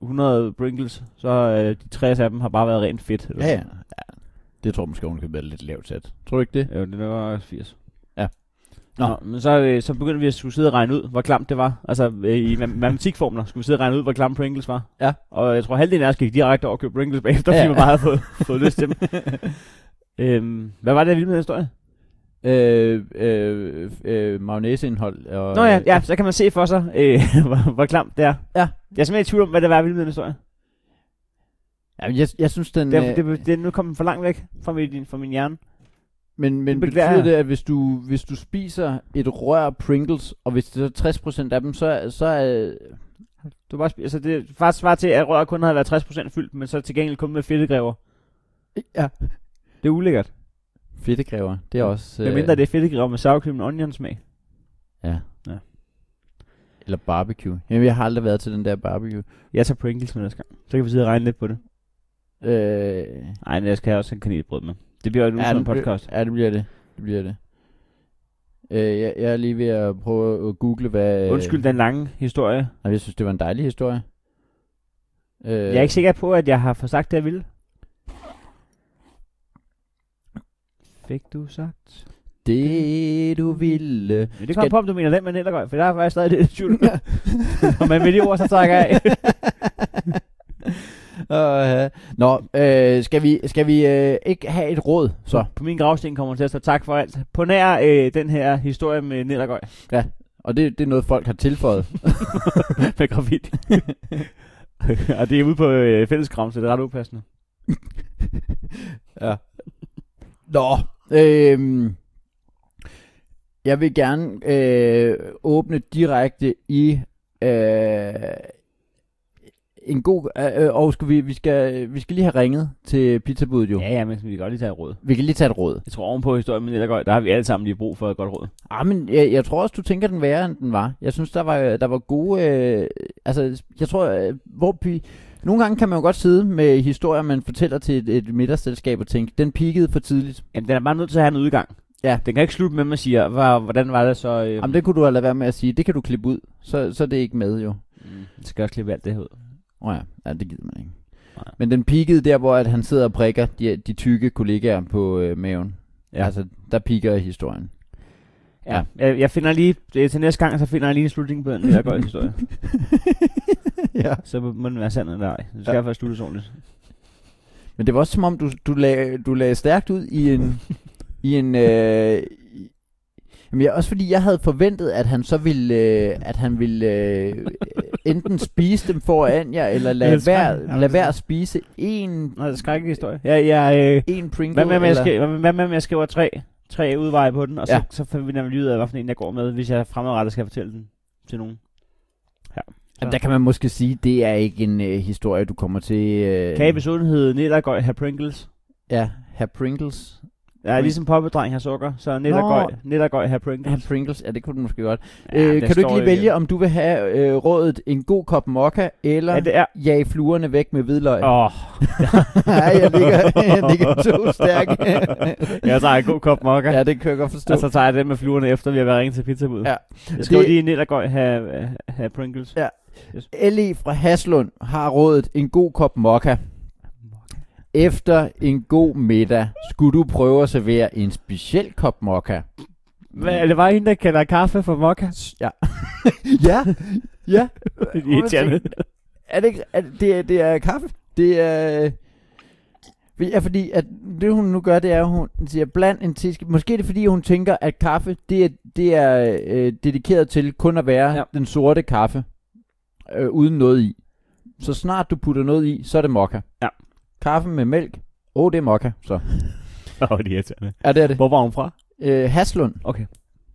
S1: 100 Pringles, så øh, de 60 af dem har bare været rent fedt.
S2: Ja, ja. Det tror jeg måske, hun kan være lidt lavt sat. Tror du ikke det?
S1: Jo, det var 80.
S2: Ja.
S1: Nå,
S2: Nå.
S1: Nå men så, øh, så begyndte vi at skulle sidde og regne ud, hvor klamt det var. Altså øh, i ma- matematikformler skulle vi sidde og regne ud, hvor klamt Pringles var.
S2: Ja.
S1: Og jeg tror, halvdelen af os gik direkte over og købte Pringles bagefter, fordi
S2: Ja.
S1: vi bare havde fået, fået lyst til dem. *laughs* øhm, hvad var det, jeg ville med den historie?
S2: Øh, øh, øh, magnæseindhold og...
S1: Nå ja, ja, så kan man se for sig, øh, *laughs* hvor, hvor klamt det er.
S2: Ja.
S1: Jeg er simpelthen i tvivl om, hvad det var, jeg ville med den historie.
S2: Jamen, jeg, jeg synes, den...
S1: Det, er-
S2: øh,
S1: det, det, det, nu kom den for langt væk fra min, fra min hjerne.
S2: Men, men
S1: Det beklager
S2: betyder
S1: jeg.
S2: det, at hvis du, hvis du spiser et rør Pringles, og hvis det er 60% af dem, så, så er...
S1: Du bare, spi- altså det faktisk svarer til, at røret kun havde været 60% fyldt, men så til gengæld kun med fedtegræver.
S2: Ja.
S1: Det er ulækkert.
S2: Fedtekræver, det er også... øh,
S1: Hvem mindre det er fedtegræver med sour cream og onion smag.
S2: Ja.
S1: Ja.
S2: ja. Eller barbecue. Jamen, jeg har aldrig været til den der barbecue.
S1: Jeg tager Pringles med næste gang. Så kan vi sidde og regne lidt på det.
S2: Øh,
S1: Nej, men jeg skal have også have kanelbrød med. Det bliver jo en
S2: Ja,
S1: usund
S2: det-
S1: podcast.
S2: ja, det bliver det. Det bliver det. Øh, jeg, jeg er lige ved at prøve at google, hvad...
S1: Undskyld den lange historie.
S2: Nej, jeg synes, det var en dejlig historie. Øh,
S1: Jeg er ikke sikker på, at jeg har forsagt det, jeg ville. Fik du sagt?
S2: Det du ville...
S1: Men det kommer
S2: Skal-
S1: på, om du mener den med Nellergøj, for der er faktisk stadig lidt i *laughs* tvivl. Og med med de ord, så takker jeg af.
S2: *laughs* uh, Nå, øh, skal vi, skal vi øh, ikke have et råd, så?
S1: På min gravsten kommer til at stå tak for alt. På nær øh, den her historie med *laughs* Nellergøj.
S2: Og det, det er noget, folk har
S1: *laughs*
S2: tilføjet.
S1: med *laughs* gravid. og det er ude på øh, fælleskram, så det er ret upassende.
S2: ja. Nå, øh, jeg vil gerne øh, åbne direkte i øh, en god... Øh, øh, og skal vi, vi, skal, vi skal lige have ringet til pizzabuddet jo.
S1: Ja, ja, men vi kan godt lige tage et råd.
S2: Vi kan lige tage et råd.
S1: Jeg tror ovenpå historien med Nellergøj, der har vi alle sammen lige brug for et godt råd.
S2: Ah, men jeg, jeg tror også, du tænker den værre, end den var. Jeg synes, der var, der var gode... Øh, altså, jeg tror, øh, hvor pi... Nogle gange kan man jo godt sidde med historier, man fortæller til et, et middagsselskab og tænke, den peakede for tidligt.
S1: Jamen, den er bare nødt til at have en udgang.
S2: Ja.
S1: Den kan ikke slutte med, at man siger, "Hva- hvordan var det så? Øh,
S2: Jamen, det kunne du have lade være med at sige. Det kan du klippe ud. Så, så er det ikke med, jo.
S1: det skal også klippe alt det her ud.
S2: Åh oh, ja. ja, det gider man ikke.
S1: Nej.
S2: Men den peakede der, hvor at han sidder og prikker de, de tykke kollegaer på øh, maven.
S1: Ja.
S2: Ja. Altså, der piker historien.
S1: Ja. Jeg, jeg finder lige, øh, til næste gang, så finder jeg lige en slutning på den Nellergøj *laughs* historie.
S2: *laughs* ja.
S1: så må den være sand eller ej. Det skal ja. faktisk sluttes ordentligt.
S2: Men det var også som om, du, du, lag, du lagde stærkt ud i en... i en øh, i- Jamen, jeg, også fordi jeg havde forventet, at han så ville, øh, at han ville øh, enten spise dem foran jer, eller lade
S1: Eller
S2: være, lade være at spise en,
S1: Nå, det er en skrækkelig historie. Ja, ja, øh,
S2: en Pringle.
S1: hvad med, at jeg
S2: eller,
S1: skri- hvad med, hvad med, at jeg skriver tre, tre udveje på den, og så,
S2: Ja.
S1: ja. så finder vi lige ud af, hvilken en jeg går med, hvis jeg fremadrettet skal fortælle den til nogen.
S2: Jamen, der kan man måske sige, det er ikke en øh, historie, du kommer til... Øh,
S1: Kan I besundhed, Nellergøj, have Pringles?
S2: Ja, have Pringles.
S1: Ja,
S2: Pring-
S1: ligesom poppedreng har sukker, så Nellergøj, Nellergøj have
S2: Have
S1: Pringles.
S2: Pringles, ja, det kunne du måske godt.
S1: Ja,
S2: øh,
S1: den
S2: kan du ikke
S1: står
S2: lige vælge, om du vil have øh, rådet en god kop mokka, eller
S1: Ja, det er...
S2: jage fluerne væk med hvidløg? *laughs*
S1: Åh, *laughs*
S2: Nej, jeg ligger, jeg ligger to stærke.
S1: *laughs* jeg tager en god kop mokka.
S2: ja, det kan jeg godt forstå.
S1: Og så tager jeg den med fluerne efter, vi har været ringet til pizzabuddet.
S2: Ja.
S1: Jeg skal det...
S2: Det-
S1: lige ned og gå have, have Pringles.
S2: LE fra Haslund har rådet en god kop mokka. Efter en god middag skulle du prøve at servere en speciel kop mokka.
S1: Hvad, er det bare hende, der kalder kaffe for mokka?
S2: Ja. *laughs* ja. Ja.
S1: Det er irriterende.
S2: Er det ikke... Er det, det, er, det er kaffe. Det er... øh, Ja, fordi at det hun nu gør, det er, at hun siger, bland en teske. Måske er det fordi, hun tænker, at kaffe, det er, det er øh, dedikeret til kun at være
S1: Ja.
S2: ja. den sorte kaffe, øh, uden noget i. Så snart du putter noget i, så er det mokka.
S1: Ja.
S2: Kaffe med mælk, åh, oh, det er mokka, så.
S1: Åh, oh, det er irriterende.
S2: Ja, det er det.
S1: Hvor var hun fra?
S2: Øh, Haslund,
S1: Okay.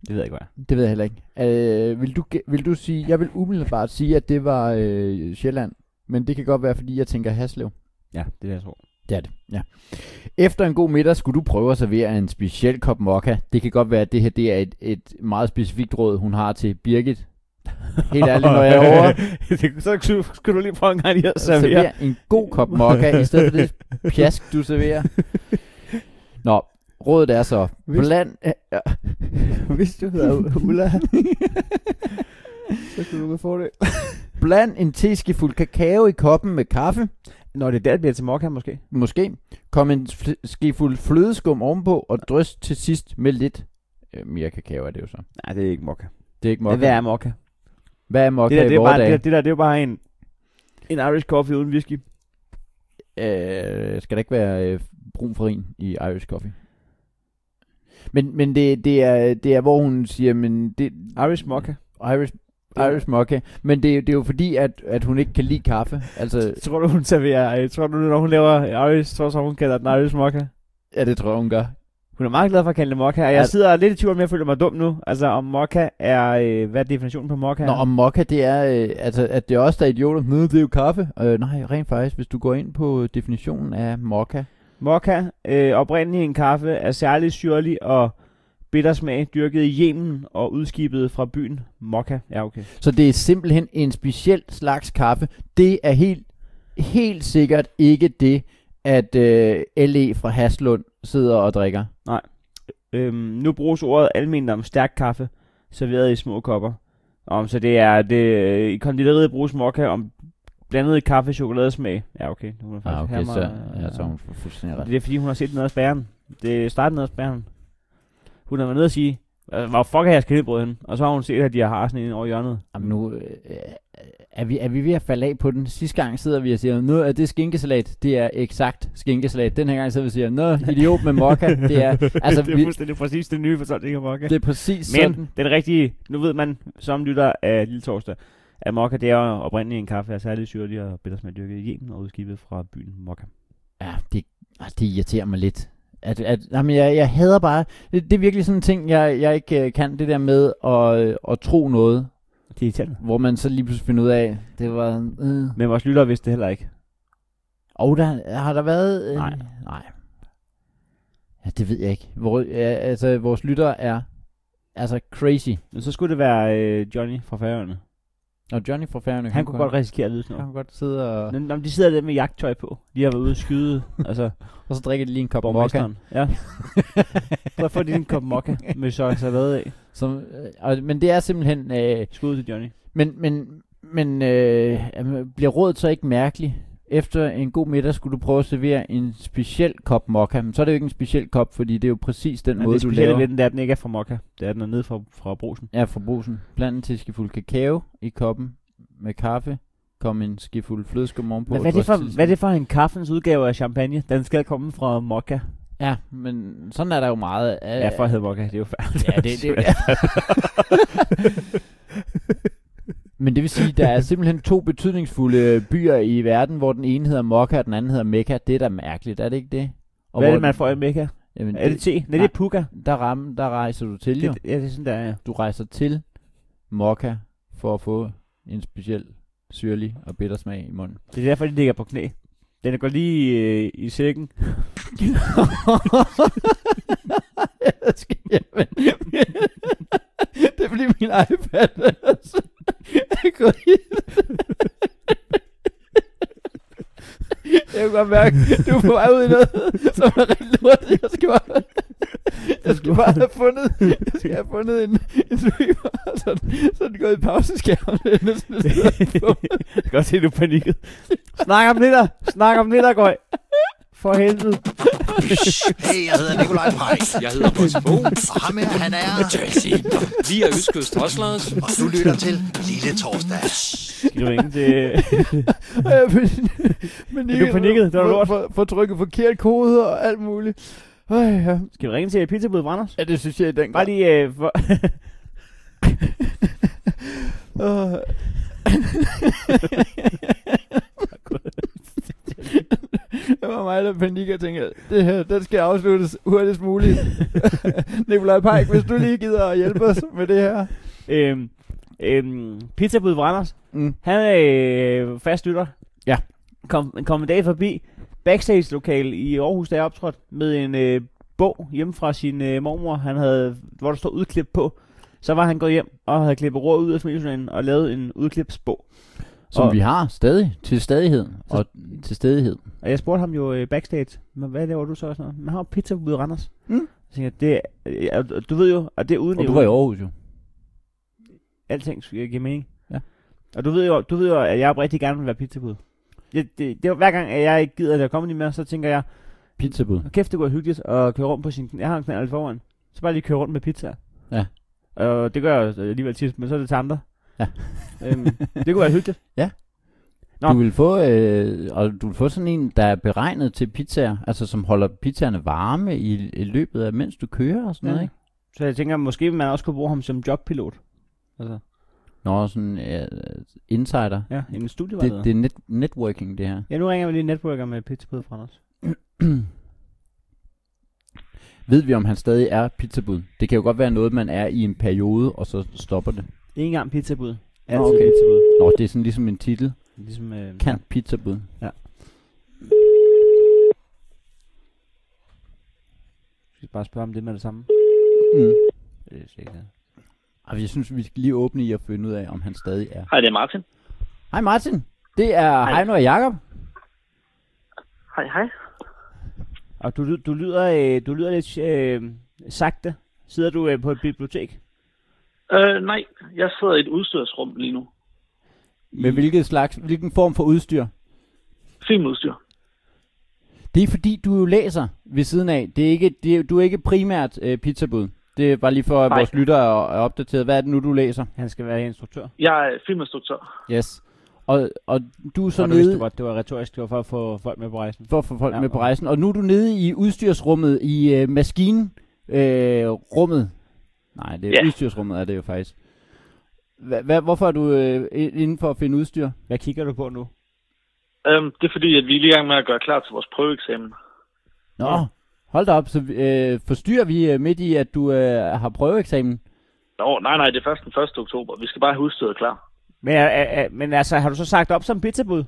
S1: Det ved jeg ikke, hvad jeg
S2: det ved jeg heller ikke. Øh, vil, du, gæ- vil du sige, jeg vil umiddelbart sige, at det var øh, Sjælland, men det kan godt være, fordi jeg tænker Haslev.
S1: Ja, det er det, jeg tror.
S2: Det er det, ja. Efter en god middag skulle du prøve at servere en speciel kop mokka. Det kan godt være, at det her det er et, et meget specifikt råd, hun har til Birgit. Helt ærligt, når jeg
S1: *laughs*
S2: er over.
S1: over. så skulle- skulle du lige prøve en gang lige at servere.
S2: servere en god kop mokka, i stedet for det pjask, du serverer. Nå, rådet er så,
S1: Hvis-
S2: bland... *laughs* Ja.
S1: Hvis du hedder Ulla, så kunne du få det.
S2: Bland en teskefuld kakao i koppen med kaffe,
S1: Nå, det er der, det bliver til mokka måske.
S2: måske. Kom en fl- skefuld flødeskum ovenpå, og drys til sidst med lidt øh, mere kakao er det jo så.
S1: Nej, det er ikke mokka.
S2: Det er ikke
S1: Men
S2: mokka.
S1: Hvad er mokka?
S2: Hvad er mokka
S1: det, der,
S2: i
S1: det, er
S2: vore
S1: bare,
S2: dage?
S1: det, der, det der, det er jo bare en, en Irish coffee uden whisky.
S2: øh, skal der ikke være øh, brun farin i Irish Coffee? Men, men det, det, er, det er, hvor hun siger, men det,
S1: Irish mokka.
S2: Irish, Irish Mocha. Men det, det er jo fordi, at, at hun ikke kan lide kaffe. Altså,
S1: Tror du, hun serverer... øh, Tror du, når hun laver Irish, tror du, hun kalder den Irish mokka?
S2: ja, det tror jeg, hun gør.
S1: Hun er meget glad for at kalde det mokka, og jeg
S2: Ja.
S1: sidder lidt i tvivl om, jeg føler mig dum nu. Altså, om mokka er... Øh, hvad er definitionen på mokka?
S2: Nå, og Mocha, det er, øh, altså, at det er også der er idioter. Nå, det er jo kaffe. Øh, nej, rent faktisk, hvis du går ind på definitionen af Mocha.
S1: Mokka, øh, oprindelig en kaffe, er særlig syrlig og bitter smag, dyrket i Yemen og udskibet fra byen Mokka. Ja, okay.
S2: Så det er simpelthen en speciel slags kaffe. Det er helt, helt sikkert ikke det, at øh, LE fra Haslund sidder og drikker.
S1: Øhm, nu bruges ordet almindeligt om stærk kaffe, serveret i små kopper. Om, så det er, det, øh, i konditoriet bruges mokka om blandet kaffe chokoladesmag. Ja, okay. Hun er
S2: Ah,
S1: faktisk
S2: okay,
S1: hammer-
S2: så, ja, så er hun fu- fuldstændig ret.
S1: Det er fordi, hun har set noget af spæren. Det startede noget af spæren. Hun har været nede og sige, "Øh, hvor fuck er jeres kældebrød henne? Og så har hun set, at de har sådan en over i hjørnet.
S2: Jamen nu øh, er, vi, er vi ved at falde af på den. Sidste gang sidder vi og siger, nu er det skinkesalat. Det er eksakt skinkesalat. Den her gang sidder vi og siger, nå, idiot med mokka. Det er,
S1: *laughs*
S2: altså,
S1: det er
S2: vi,
S1: fuldstændig præcis det nye fortolkning af mokka.
S2: det er præcis
S1: Men
S2: sådan.
S1: den rigtige, nu ved man som lytter af Lille Torsdag, at mokka det er jo oprindeligt en kaffe, er særligt syrlig og bittersmag dyrket i Yemen og udskibet fra byen Mokka.
S2: Ja, det, ah, det irriterer mig lidt. At, at, jamen, jeg, jeg hader bare... Det, det er virkelig sådan en ting, jeg, jeg ikke øh, kan, det der med at, øh, at tro noget,
S1: Det er irriterende.
S2: hvor man så lige pludselig finder ud af, det var... Øh.
S1: Men vores lytter vidste det heller ikke.
S2: Og der har der været... Øh,
S1: Nej.
S2: Nej. Ja, det ved jeg ikke. Hvor, ja, altså, vores lytter er altså crazy.
S1: Men så skulle det være øh, Johnny fra Færøerne.
S2: Og Johnny fra Færøerne.
S1: Han kunne godt risikere at lyde sådan
S2: han
S1: noget.
S2: kunne godt sidde og,
S1: Nå, men de sidder der med jagttøj på. De har været ude at
S2: *laughs*
S1: skyde. altså,
S2: og så drikke lige en kop mokka.
S1: borgmesteren.
S2: *laughs*
S1: Ja. Prøv at få din kop mokka med så salat af.
S2: Som, øh, og, men det er simpelthen... Øh,
S1: Skud til Johnny.
S2: men men, men øh, jamen, bliver rådet så ikke mærkeligt? Efter en god middag skulle du prøve at servere en speciel kop mokka. Men så er det jo ikke en speciel kop, fordi det er jo præcis den
S1: Men
S2: måde,
S1: det
S2: du
S1: specielle
S2: laver.
S1: ved den, det er, at den ikke er fra mokka. Det er, at den er nede fra, fra brosen.
S2: Ja, fra brusen. Bland en teskefuld kakao i koppen med kaffe. Kom en skefuld flødeskum ovenpå.
S1: Men
S2: og
S1: hvad er, det
S2: drys
S1: for,
S2: til
S1: hvad er det for en kaffens udgave af champagne? Den skal komme fra mokka.
S2: Ja, men sådan er der jo meget. af-
S1: Ja, for at hedde mokka, det er jo færdigt.
S2: Ja, det, det, *laughs* Men det vil sige, der er simpelthen to betydningsfulde øh, byer i verden, hvor den ene hedder Mokka, og den anden hedder Mekka. Det er da mærkeligt, er det ikke det? Og
S1: Hvad er
S2: hvor
S1: det, man
S2: den-
S1: får i mekka?
S2: Jamen,
S1: Er det
S2: det,
S1: te? Nej, det er puka.
S2: der, ram, der rejser du til, jo.
S1: Det, ja, det er sådan der, ja.
S2: Du rejser til Mokka for at få en speciel syrlig og bitter smag i munden.
S1: Det er derfor, de ligger på knæ. Den går lige øh, i sækken. *laughs*
S2: Jeg skal hjem. det er fordi min iPad er gået i. Jeg kan godt mærke, du er på vej ud i noget, som er rigtig lort. Jeg skal bare, jeg skal bare have fundet, jeg skal have fundet en, en sweeper, og så, den- så er den gået i pauseskærmen. Det er næsten et sted.
S1: jeg kan godt se, du panikkede. Snak om det der! Snak om det der, Gøj! For helvede.
S4: Hey, jeg hedder Nikolaj Pej.
S5: Jeg hedder Bosse Bo.
S4: Og ham her, han er...
S5: Vi er Østkyst Hoslers.
S4: Og du lytter til Lille Torsdag.
S1: Skal du ringe til...
S2: Og jeg ben, men
S1: Du panikkede, det var
S2: for,
S1: lort.
S2: for, for trykket forkert kode og alt muligt. Øj, ja.
S1: *laughs* Skal vi ringe til pizzabud Branders?
S2: ja, det synes jeg i den
S1: Bare
S2: grad.
S1: lige... Øh, for... *laughs*
S2: Åh. det var mig, der panikker og tænker, det her, den skal afsluttes hurtigst muligt. *laughs* Nikolaj Pajk, hvis du lige gider at hjælpe os med det her.
S1: øhm, øhm, pizzabud Branders,
S2: Mm.
S1: han er øh, fast lytter.
S2: Ja.
S1: Kom, kom en dag forbi, backstage-lokale i Aarhus, der jeg optrådte, med en øh, bog hjemme fra sin øh, mormor, han havde, hvor der stod udklip på. Så var han gået hjem og havde klippet råd ud af familiejournalen og lavet en udklipsbog.
S2: Som
S1: Og-
S2: vi har stadig, til stadighed, og til stadighed.
S1: Og jeg spurgte ham jo øh, backstage, men hvad laver du så? Og sådan noget. Man har jo pizza ude i Randers.
S2: Mm.
S1: Så tænkte jeg, det, er- øh, og du ved jo, at det er uden
S2: Og du
S1: evne.
S2: var i Aarhus jo.
S1: alting skal give mening.
S2: Ja.
S1: Og du ved jo, du ved jo at jeg rigtig gerne vil være pizzabud. Jeg, det, det, er jo hver gang, at jeg ikke gider at lave comedy mere, så tænker jeg,
S2: Pizzabud.
S1: "Åh, kæft, det kunne være hyggeligt at køre rundt på sin... Jeg har en knald foran. Så bare lige køre rundt med pizza.
S2: Ja.
S1: Og det gør jeg jo alligevel tit, men så er det til andre.
S2: Ja.
S1: *laughs* øhm, det kunne være hyggeligt. Nå.
S2: Du vil få, øh, og du vil få sådan en, der er beregnet til pizzaer, altså som holder pizzaerne varme i, i løbet af, mens du kører og sådan noget,
S1: Ja.
S2: ikke?
S1: Så jeg tænker, måske man også kunne bruge ham som jobpilot. Altså,
S2: Nå, sådan øh, insider.
S1: ja, en studievejleder.
S2: Det, det er net, networking, det her.
S1: Ja, nu ringer vi lige en networker med pizzabud fra os.
S2: Ved vi, om han stadig er pizzabud? Det kan jo godt være noget, man er i en periode, og så stopper det.
S1: En gang pizzabud.
S2: Nå,
S1: Altid
S2: okay.
S1: pizzabud.
S2: Nå, det er sådan ligesom en titel.
S1: Ligesom, øh,
S2: Kan pizzabud.
S1: Vi skal bare spørge om det med det samme. Øh,
S2: Mm.
S1: Det er sikkert.
S2: Og jeg synes, vi skal lige åbne i at finde ud af, om han stadig er.
S6: Hej, det er Martin.
S2: Hej Martin, det er Heino og Jakob.
S6: Hej, hej.
S1: Og du, ly- du, lyder, øh, du lyder lidt øh, sagte. Sidder du øh, på et bibliotek?
S6: Øh, nej, jeg sidder i et udstyrsrum lige nu.
S2: Med hvilket slags, hvilken form for udstyr?
S6: Filmudstyr.
S2: Det er fordi, du jo læser ved siden af. Det er ikke, det er, du er ikke primært øh, pizzabud. Det er bare lige for, at
S6: Nej.
S2: vores lyttere er, er opdateret. Hvad er det nu, du læser?
S1: Han skal være instruktør.
S6: Jeg er filminstruktør.
S2: Yes. Og, og du er så
S1: og du vidste
S2: nede
S1: godt, det var retorisk. Det var for at få folk med på rejsen.
S2: for at få folk
S1: Ja,
S2: med på
S1: og-
S2: rejsen. Og nu er du nede i udstyrsrummet, i øh, maskinrummet. Nej, det er
S6: Ja.
S2: udstyrsrummet er det jo faktisk. Hva, hva, hvorfor er du øh, i- inden for at finde udstyr?
S1: Hvad kigger du på nu?
S6: Øhm, det er fordi, at vi er lige i gang med at gøre klar til vores prøveeksamen.
S2: Nå, hold da op. Så øh, forstyrrer vi øh, midt i, at du øh, har prøveeksamen?
S6: Nå, nej, nej, det er først den 1. oktober. Vi skal bare have udstyret klar.
S1: Men, er, er, er, men altså, har du så sagt op som pizzabud?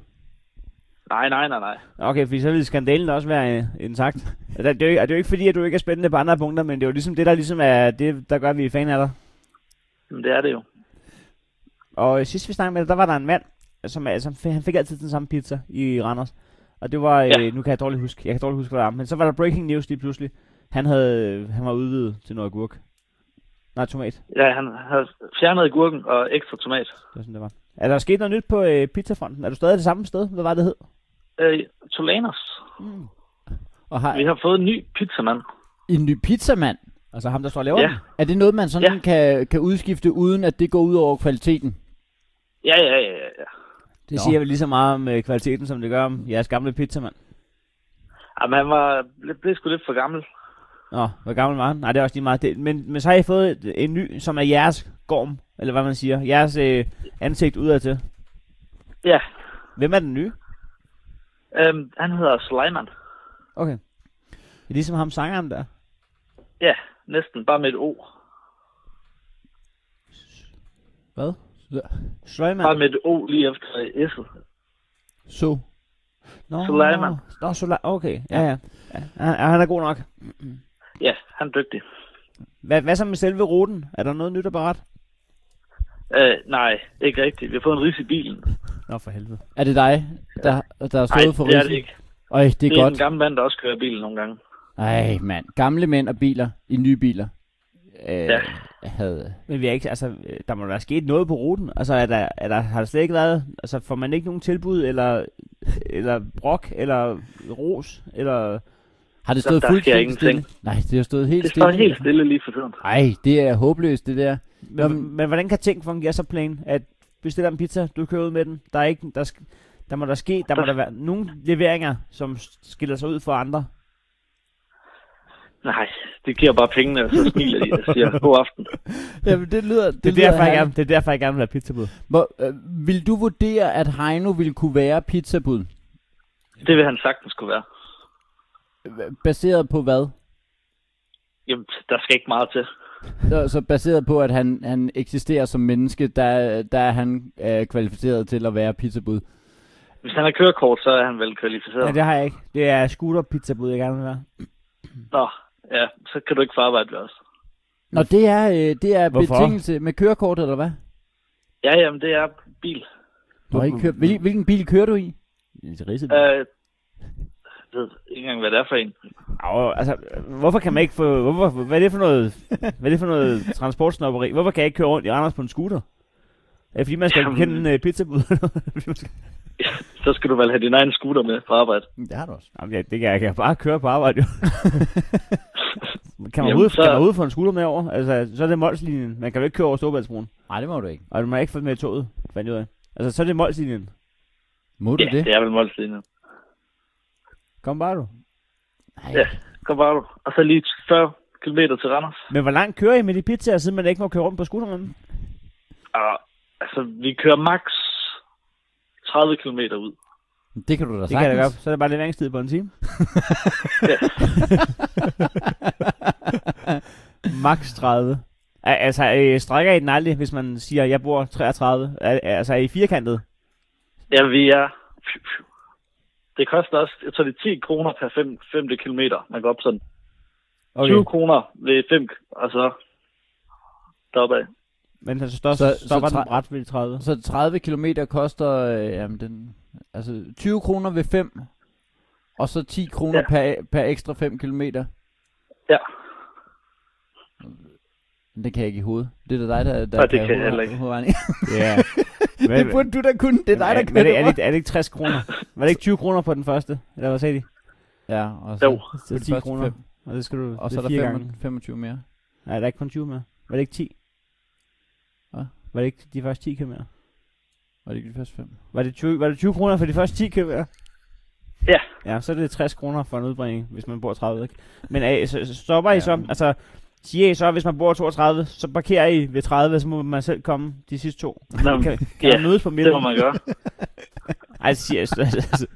S6: Nej, nej, nej, nej.
S1: Okay, fordi så ville skandalen også være øh, intakt. Det er, det, er jo, ikke- det er jo ikke fordi, at du ikke er spændende på andre punkter, men det er jo ligesom det, der ligesom er det, der gør, at vi er fan af dig.
S6: Men det er det jo.
S1: Og øh, sidst vi snakkede med dig, der var der en mand, som er- som f- han fik altid den samme pizza i Randers. Og det var, øh,
S6: Ja.
S1: nu kan jeg dårligt huske, jeg kan dårligt huske, hvad det var, men så var der breaking news lige pludselig. Han havde, han var udvidet til noget agurk. Nej, tomat. Det
S6: Ja, han har fjernet agurken og ekstra tomat.
S1: var sådan, det var. Er der sket noget nyt på øh, pizzafronten? Er du stadig det samme sted? Hvad var det hed?
S6: Øh, Tolaners.
S2: Og
S6: Vi
S2: har
S6: har fået en ny pizzamand.
S2: en ny pizzamand?
S1: Altså ham, der står og laver
S6: Ja.
S1: den?
S2: Er det noget, man sådan ja.
S6: Ja.
S2: kan, kan udskifte, uden at det går ud over kvaliteten?
S6: Ja, ja, ja, ja, ja.
S1: Det
S2: Nå.
S1: siger vel lige så meget om øh, kvaliteten, som det gør om jeres gamle pizzamand.
S6: Jamen, han var, blev- blev sgu lidt for gammel.
S1: Nå, hvor gammel var han? Nej, det er også lige meget. Det, men, men så har I fået et- en ny, som er jeres gorm, eller hvad man siger. Jeres øh, ansigt udadtil.
S6: Ja,
S1: Hvem er den nye?
S6: øhm, han hedder Sleiman.
S1: Okay. Det er ligesom ham sangeren der.
S6: Ja, næsten bare med et O.
S1: Hvad?
S6: Bare
S1: Sløjman.
S6: med et O lige efter S'et.
S2: Så.
S1: Nå,
S6: Sulaiman.
S1: Nå, Sola- okay. Ja, ja. ja. Han, han er god nok.
S6: Ja, han er dygtig.
S1: Hvad, hvad så med selve ruten? Er der noget nyt apparat?
S6: Øh, nej, ikke rigtigt. Vi har fået en ris i bilen.
S1: Nå, for helvede.
S2: Er det dig, der, der har
S6: Nej,
S2: stået for
S6: det er
S2: risen?
S6: det ikke.
S2: Øj, det er,
S6: Det er
S2: godt.
S6: en gammel mand, der også kører bilen nogle gange.
S2: Ej, mand. Gamle mænd og biler i nye biler. Øh,
S6: Ja.
S2: havde.
S1: Men vi er ikke, altså, øh, der må være sket noget på ruten. Altså, er der, er der, har der slet ikke været, altså, får man ikke nogen tilbud, eller, eller brok, eller ros, eller...
S2: Har det stået
S6: Der- der sker
S2: fuldstændig
S6: ingenting.
S2: stille? Nej, det har stået helt
S6: Det
S2: stille.
S6: står helt stille lige for tiden.
S2: Ej, det er håbløst, det der.
S1: Men,
S2: Jamen-
S1: men, hvordan kan ting fungere så plain, at bestiller en pizza, du kører ud med den, der er ikke, der, sk- der må der ske, der må der være nogle leveringer, som skiller sig ud fra andre.
S6: Nej, det giver bare pengene, og så smiler de og siger, god aften.
S2: Jamen, det lyder...
S1: Det, det, er derfor, jeg gerne, det er derfor, jeg gerne vil have pizzabud.
S2: Hvor, øh, vil du vurdere, at Heino ville kunne være pizzabud?
S6: Det vil han sagtens kunne være.
S2: Baseret på hvad?
S6: Jamen, der skal ikke meget til.
S2: Så, så baseret på, at han, han eksisterer som menneske, der, der er han øh, kvalificeret til at være pizzabud.
S6: Hvis han har kørekort, så er han vel kvalificeret.
S1: Nej, det har jeg ikke. Det er scooterpizzabud, jeg gerne vil være.
S6: Nå, ja, så kan du ikke få arbejde ved os.
S2: Nå, det er, øh, det er
S1: Hvorfor?
S2: betingelse med kørekort, eller hvad?
S6: Ja, jamen, det er bil.
S2: Du har ikke kørt, hvil, hvilken bil kører du i?
S1: Det er ridset.
S6: Øh, jeg ved ikke engang, hvad det er for en.
S1: Au, altså, hvorfor kan man ikke få... Hvorfor, hvad, er det for noget, hvad er det for noget transportsnopperi? Hvorfor kan jeg ikke køre rundt i Randers på en scooter? Er det fordi, man skal
S6: Jamen.
S1: Jamen. kende en uh, pizzabud? *laughs* Fordi man skal-
S6: Så skal du vel have din egen scooter med på arbejde.
S2: Det har du også.
S1: Jamen, ja, det kan jeg, jeg kan bare køre på arbejde,
S6: *laughs*
S1: jo. kan man
S6: Jamen,
S1: overhovedet
S6: så-
S1: så... ud for en scooter med over? Altså, så er det Molslinjen. Man kan jo ikke køre over Storbæltsbroen.
S2: Nej, det må du ikke.
S1: Og du må ikke få det med i toget, fandt jeg ud af. Altså, så er det Molslinjen.
S2: Må du
S6: Ja,
S2: det?
S6: det er vel målslinjen.
S1: Kom bare, du.
S2: Nej.
S6: Ja. Kom bare du. Og så lige 40 km til Randers.
S1: Men hvor langt kører I med de pizzaer, siden man ikke må køre rundt på scooteren?
S6: Og, altså, vi kører maks 30 km ud.
S2: Det kan du da
S1: Det kan jeg da
S2: sagtens.
S1: godt. Så er det bare leveringstid på en
S2: *laughs*
S1: time. Max 30. Al- Altså, øh, strækker I den aldrig, hvis man siger, jeg bor 33? Al- Altså, er I firkantet?
S6: Ja, vi er... Det koster også, jeg tror det er 10 kroner per 5, 5 km. Man går op sådan. 20 kroner ved 5, og så deropad.
S1: Men altså, stop,
S2: Så-
S1: så,
S2: så
S1: stopper så
S2: tre-
S1: den bræt ved de 30.
S2: Så 30 km koster øh, jamen den, altså 20 kroner ved 5, og så 10 kroner ja.
S6: Ja.
S2: per, per ekstra 5 km.
S6: Ja,
S2: Det kan jeg ikke i hovedet. Det er da dig, der, der
S6: Nej, det kan jeg heller ikke.
S2: ikke.
S1: Ja.
S2: *laughs* det burde du da kunne. Det er dig, der
S1: er,
S2: kører
S1: det, er,
S2: det.
S1: det, er det ikke 60 kroner? Var det ikke 20 kroner på den første? Eller hvad sagde de?
S2: Ja, og
S6: jo.
S2: så,
S1: Så
S2: de
S1: 10
S2: første
S1: kroner.
S2: fem.
S1: Og det skal du...
S2: og
S1: det
S2: så er der
S1: fire
S2: 25,
S1: gange.
S2: 25 mere.
S1: Nej, der er ikke kun 20 mere. Var det ikke 10?
S2: Hvad?
S1: Var det ikke de første 10 km?
S2: Var det ikke de første 5?
S1: Var det 20, var det 20 kroner for de første 10 km?
S6: Ja.
S1: Ja, så er det 60 kroner for en udbringning, hvis man bor 30. Ikke? Men øh, så, så stopper I så? Altså, siger I så, hvis man bor 32, så parkerer I ved 30, så må man selv komme de sidste to.
S6: Nå,
S1: Kan, kan
S6: ja,
S1: man mødes på
S6: det
S1: midten?
S6: må man gøre.
S1: Ej, så siger jeg, så- altså,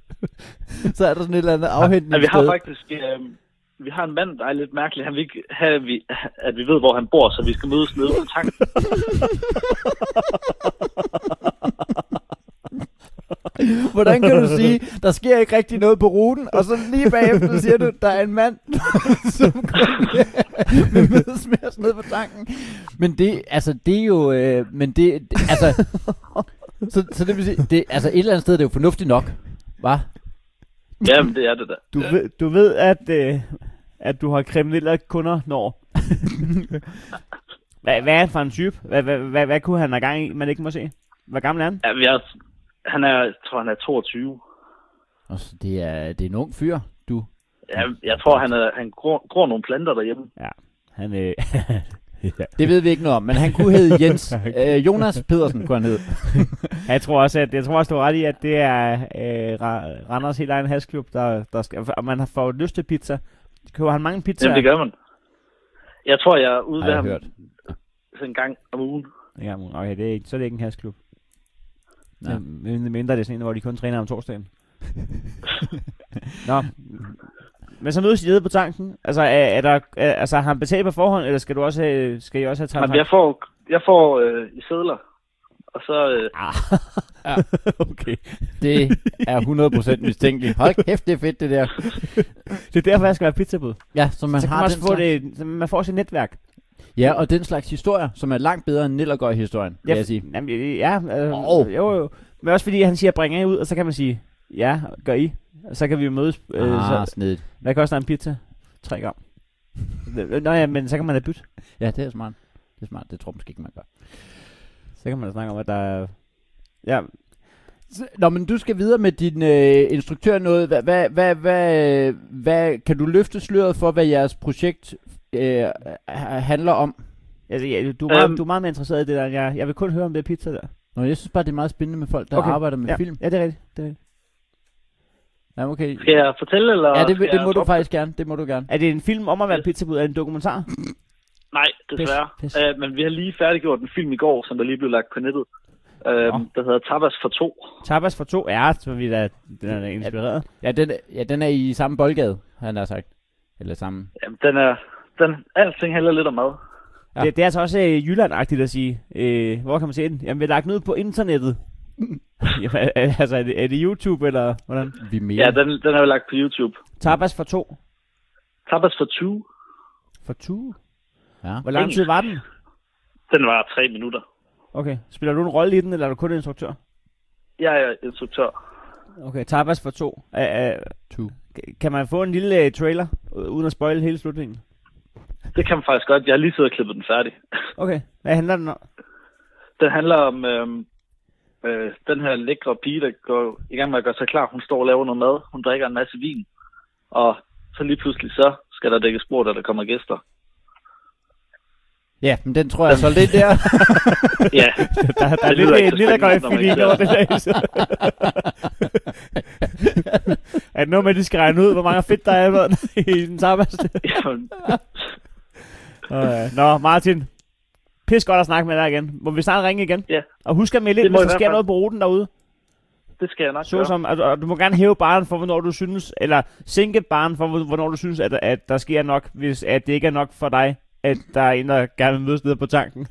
S2: *laughs* så er der sådan et eller andet
S6: Ja,
S2: afhentning
S6: vi har faktisk... Øh, vi har en mand, der er lidt mærkelig. Han vil ikke have, at vi, at vi ved, hvor han bor, så vi skal mødes nede på tanken.
S2: Hvordan kan du sige, der sker ikke rigtig noget på ruten, og så lige bagefter siger du, der er en mand, *laughs* som *laughs* kommer med mødes med os ned på tanken. Men det, altså, det er jo, øh, men det, det- altså, så, så det vil sige, det, altså et eller andet sted, det er jo fornuftigt nok, hva?
S6: Jamen, det er det der.
S1: du, ved, du ved, at, øh, at du har kriminelle kunder,
S6: *laughs*
S1: når... hvad, hvad er han for en type? Hvad, hvad, hvad, hvad kunne han have gang i, man ikke må se? Hvor gammel er han?
S6: Ja, vi er, han er, jeg tror, han er 22.
S2: Og så det er, det er en ung fyr, du.
S6: Ja, jeg tror, han, er, han gror, gror nogle planter derhjemme.
S1: Han, øh, *laughs*
S2: Det ved vi ikke noget om, men han kunne hedde Jens. Øh, Jonas Pedersen kunne han hedde.
S1: Ja, Jeg tror også, at jeg tror også, du har ret i, at det er øh, Ra- Randers helt egen hasklub, der, der skal, og man har fået lyst til pizza. Køber han mange pizzaer?
S6: Jamen, det gør man. Jeg tror, jeg er ude
S2: Har
S6: ved
S2: jeg
S6: ham
S2: hørt.
S6: sådan en gang om ugen.
S1: Ja, men okay, det er ikke, så er det ikke en hasklub.
S2: Nej.
S1: Ja. Men mindre det er sådan en, hvor de kun træner om torsdagen. Nå. Men så mødes I nede på tanken. Altså, er, er der, er, altså, har han betalt på forhånd, eller skal, du også have, skal I også have
S6: Men
S1: trænet?
S6: jeg får, jeg får øh, i sædler, og så...
S1: *laughs*
S6: Øh,
S1: okay.
S2: Det er 100% mistænkeligt. Hold kæft, det er fedt, det der.
S1: Det er derfor, jeg skal være pizzabud.
S2: Ja, så man
S1: så kan man
S2: har den
S1: også få
S2: slags-
S1: det, så man får sit netværk.
S2: Ja, og den slags historier, som er langt bedre end Nillergøj-historien, vil jeg sige.
S1: Jamen, ja, øh,
S2: Åh.
S1: oh. jo, jo. Men også fordi han siger, bringer I ud, og så kan man sige, ja, gør I. Og så kan vi jo mødes. Øh,
S2: Ah,
S1: så,
S2: snedigt.
S1: hvad koster en pizza? Tre gram. Nå ja, men så kan man da bytte.
S2: Ja, det er smart. Det er smart. Det tror jeg måske ikke, man gør.
S1: Så kan man da snakke om, at der er... Ja,
S2: Nå, men du skal videre med din øh, instruktør noget. Hvad, hvad, hvad, hvad, øh, hvad, kan du løfte sløret for, hvad jeres projekt øh, ha- handler om?
S1: altså, ja, du, er meget,
S6: Øhm.
S1: du er meget mere interesseret i det der, end jeg, jeg vil kun høre om det pizza der.
S2: Nå, jeg synes bare, det er meget spændende med folk, der okay.
S1: Okay.
S2: arbejder med
S1: ja.
S2: film.
S1: Ja, det er rigtigt. Det er, rigtigt.
S2: Ja, okay.
S6: skal jeg fortælle, eller...
S2: Ja, det,
S6: skal
S2: det
S6: jeg
S2: må du
S6: droppe?
S2: faktisk gerne. Det må du gerne.
S1: er det en film om at være pizzabud? Er det en dokumentar?
S6: Nej, desværre.
S1: Pis,
S6: Pis,
S1: pis.
S6: Øh, men vi har lige færdiggjort en film i går, som der lige blev lagt på nettet. Øh,
S1: Nå.
S6: der hedder Tapas for to.
S1: Tapas for to er, så er vi da, den er da inspireret.
S2: Ja, den, ja, den er i samme boldgade, han har sagt. Eller samme.
S6: Jamen, den er... Den, alting handler lidt om mad.
S2: *laughs*
S1: Ja. Det, det, er altså også øh, Jylland-agtigt at sige. Øh, hvor kan man se den? Jamen, vi har lagt den ud på internettet. Jamen, er- er- altså, er det, er det YouTube, eller hvordan?
S2: Vi er mere.
S6: Ja, den, den er jo lagt på YouTube.
S1: Tapas for to.
S6: Tapas for 20,
S1: For to?
S2: Ja.
S1: Hvor lang tid var den?
S6: den var tre minutter.
S1: Okay. Spiller du en rolle i den, eller er du kun instruktør?
S6: Jeg er instruktør.
S1: Okay, tapas for to. Er, er,
S2: To.
S1: kan man få en lille øh, trailer, øh, uden at spoil hele slutningen?
S6: Det kan man faktisk godt. Jeg har lige siddet og klippet den færdig.
S1: Okay. Hvad handler
S6: *laughs*
S1: den om?
S6: Den handler om øhm, øh, den her lækre pige, der går i gang med at gøre sig klar. Hun står og laver noget mad. Hun drikker en masse vin. Og så lige pludselig så skal der dækkes bord, da der kommer
S1: *laughs*
S6: gæster.
S2: ja, men den tror jeg så lidt der.
S6: Ja, *laughs*
S1: Der, der er
S6: lyder ikke
S1: lidt, øh, lidt
S6: så
S1: der går i
S6: spændende, når man
S1: filik
S6: ikke
S1: over
S6: ser
S1: det der. så. *laughs* er det noget med, at de skal regne ud, hvor mange fedt der er i maden i den tapas?
S6: jamen,
S1: Øh, Nå, Martin. Pis godt at snakke med dig igen. Må vi snart ringe igen?
S6: Ja.
S1: Og husk at melde
S6: Det
S1: ind,
S6: må
S1: hvis
S6: i
S1: der
S6: hvert
S1: sker
S6: fald.
S1: noget på ruten derude.
S6: det skal jeg nok
S1: Så som, og, og du må gerne hæve baren for, hvornår du synes, eller sænke baren for, hvor- hvornår du synes, at, at der sker nok, hvis at det ikke er nok for dig, at der er en, der gerne vil mødes nede på tanken.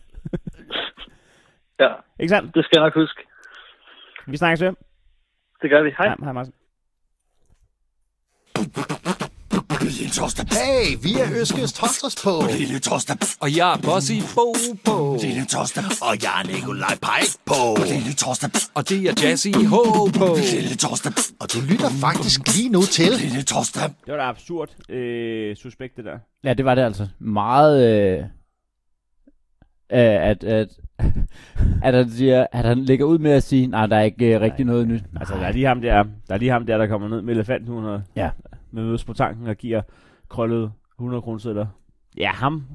S6: Ja,
S1: Ikke sandt?
S6: det skal jeg nok huske.
S1: Vi snakkes ved.
S6: Det gør vi. Hej.
S1: Ja, hej Martin.
S4: Lille torsdag. Hey, vi er Øskes Tosters på. Lille torsdag.
S5: Og jeg er Bossy Bo på.
S4: Lille torsdag. Og jeg er Nikolaj Pike på. Lille torsdag.
S5: Og det er Jazzy H på.
S4: Lille torsdag. Og du lytter faktisk lige nu til. Lille torsdag.
S1: Det var da absurd øh, suspekt, det der.
S2: Ja, det var det altså. Meget, øh, øh, at, at, *laughs* at, han siger, at han lægger ud med at sige, nej, der er ikke øh, rigtig noget nyt.
S1: Altså, der er lige ham der, der, er lige ham der, der kommer ned med elefanthuden og
S2: Ja.
S1: med mødes på tanken og giver krøllet 100 kroner Ja, ham.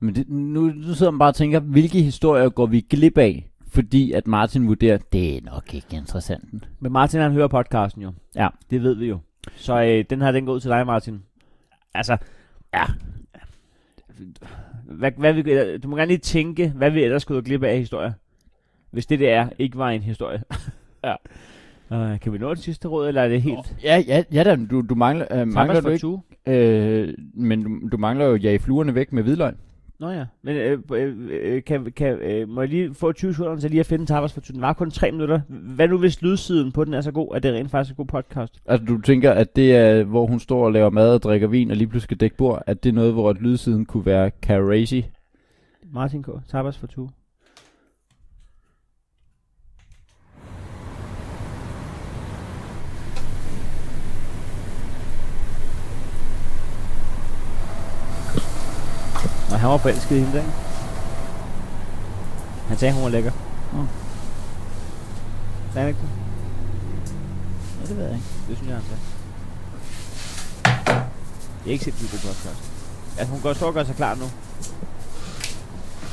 S2: Men det, nu, nu sidder man bare og tænker, hvilke historier går vi glip af, fordi at Martin vurderer, det er nok ikke interessant.
S1: Men Martin, han hører podcasten jo.
S2: Ja.
S1: Det ved vi jo. Så øh, den her, den går ud til dig, Martin. Altså, ja. Hvad, hvad vi, du må gerne lige tænke, hvad vi ellers skulle glip af af historier. Hvis det der ikke var en historie. *laughs* ja. Uh, kan vi nå det sidste råd, eller er det helt...
S2: Ja, ja, ja da, du, du mangler, øh, mangler du ikke,
S1: Tue?
S2: øh, men du, du mangler jo at jage fluerne væk med hvidløg.
S1: Nå ja, men øh, øh, øh, kan, kan, øh, må jeg lige få 20 sekunder til lige at finde Tapas for Den var kun 3 minutter. Hvad nu hvis lydsiden på den er så god, at det rent faktisk er en god podcast?
S2: Altså du tænker, at det er, hvor hun står og laver mad og drikker vin og lige pludselig skal dække bord, at det er noget, hvor et lydsiden kunne være crazy.
S1: Martin K. Tapas for 20. Og han var forelsket i hende, ikke? Han sagde, hun var lækker. Mm. Er han ikke det? Ja, det ved jeg ikke. Det synes jeg, han sagde. Det er ikke sindssygt god podcast. Altså, hun går står og gør sig klar nu.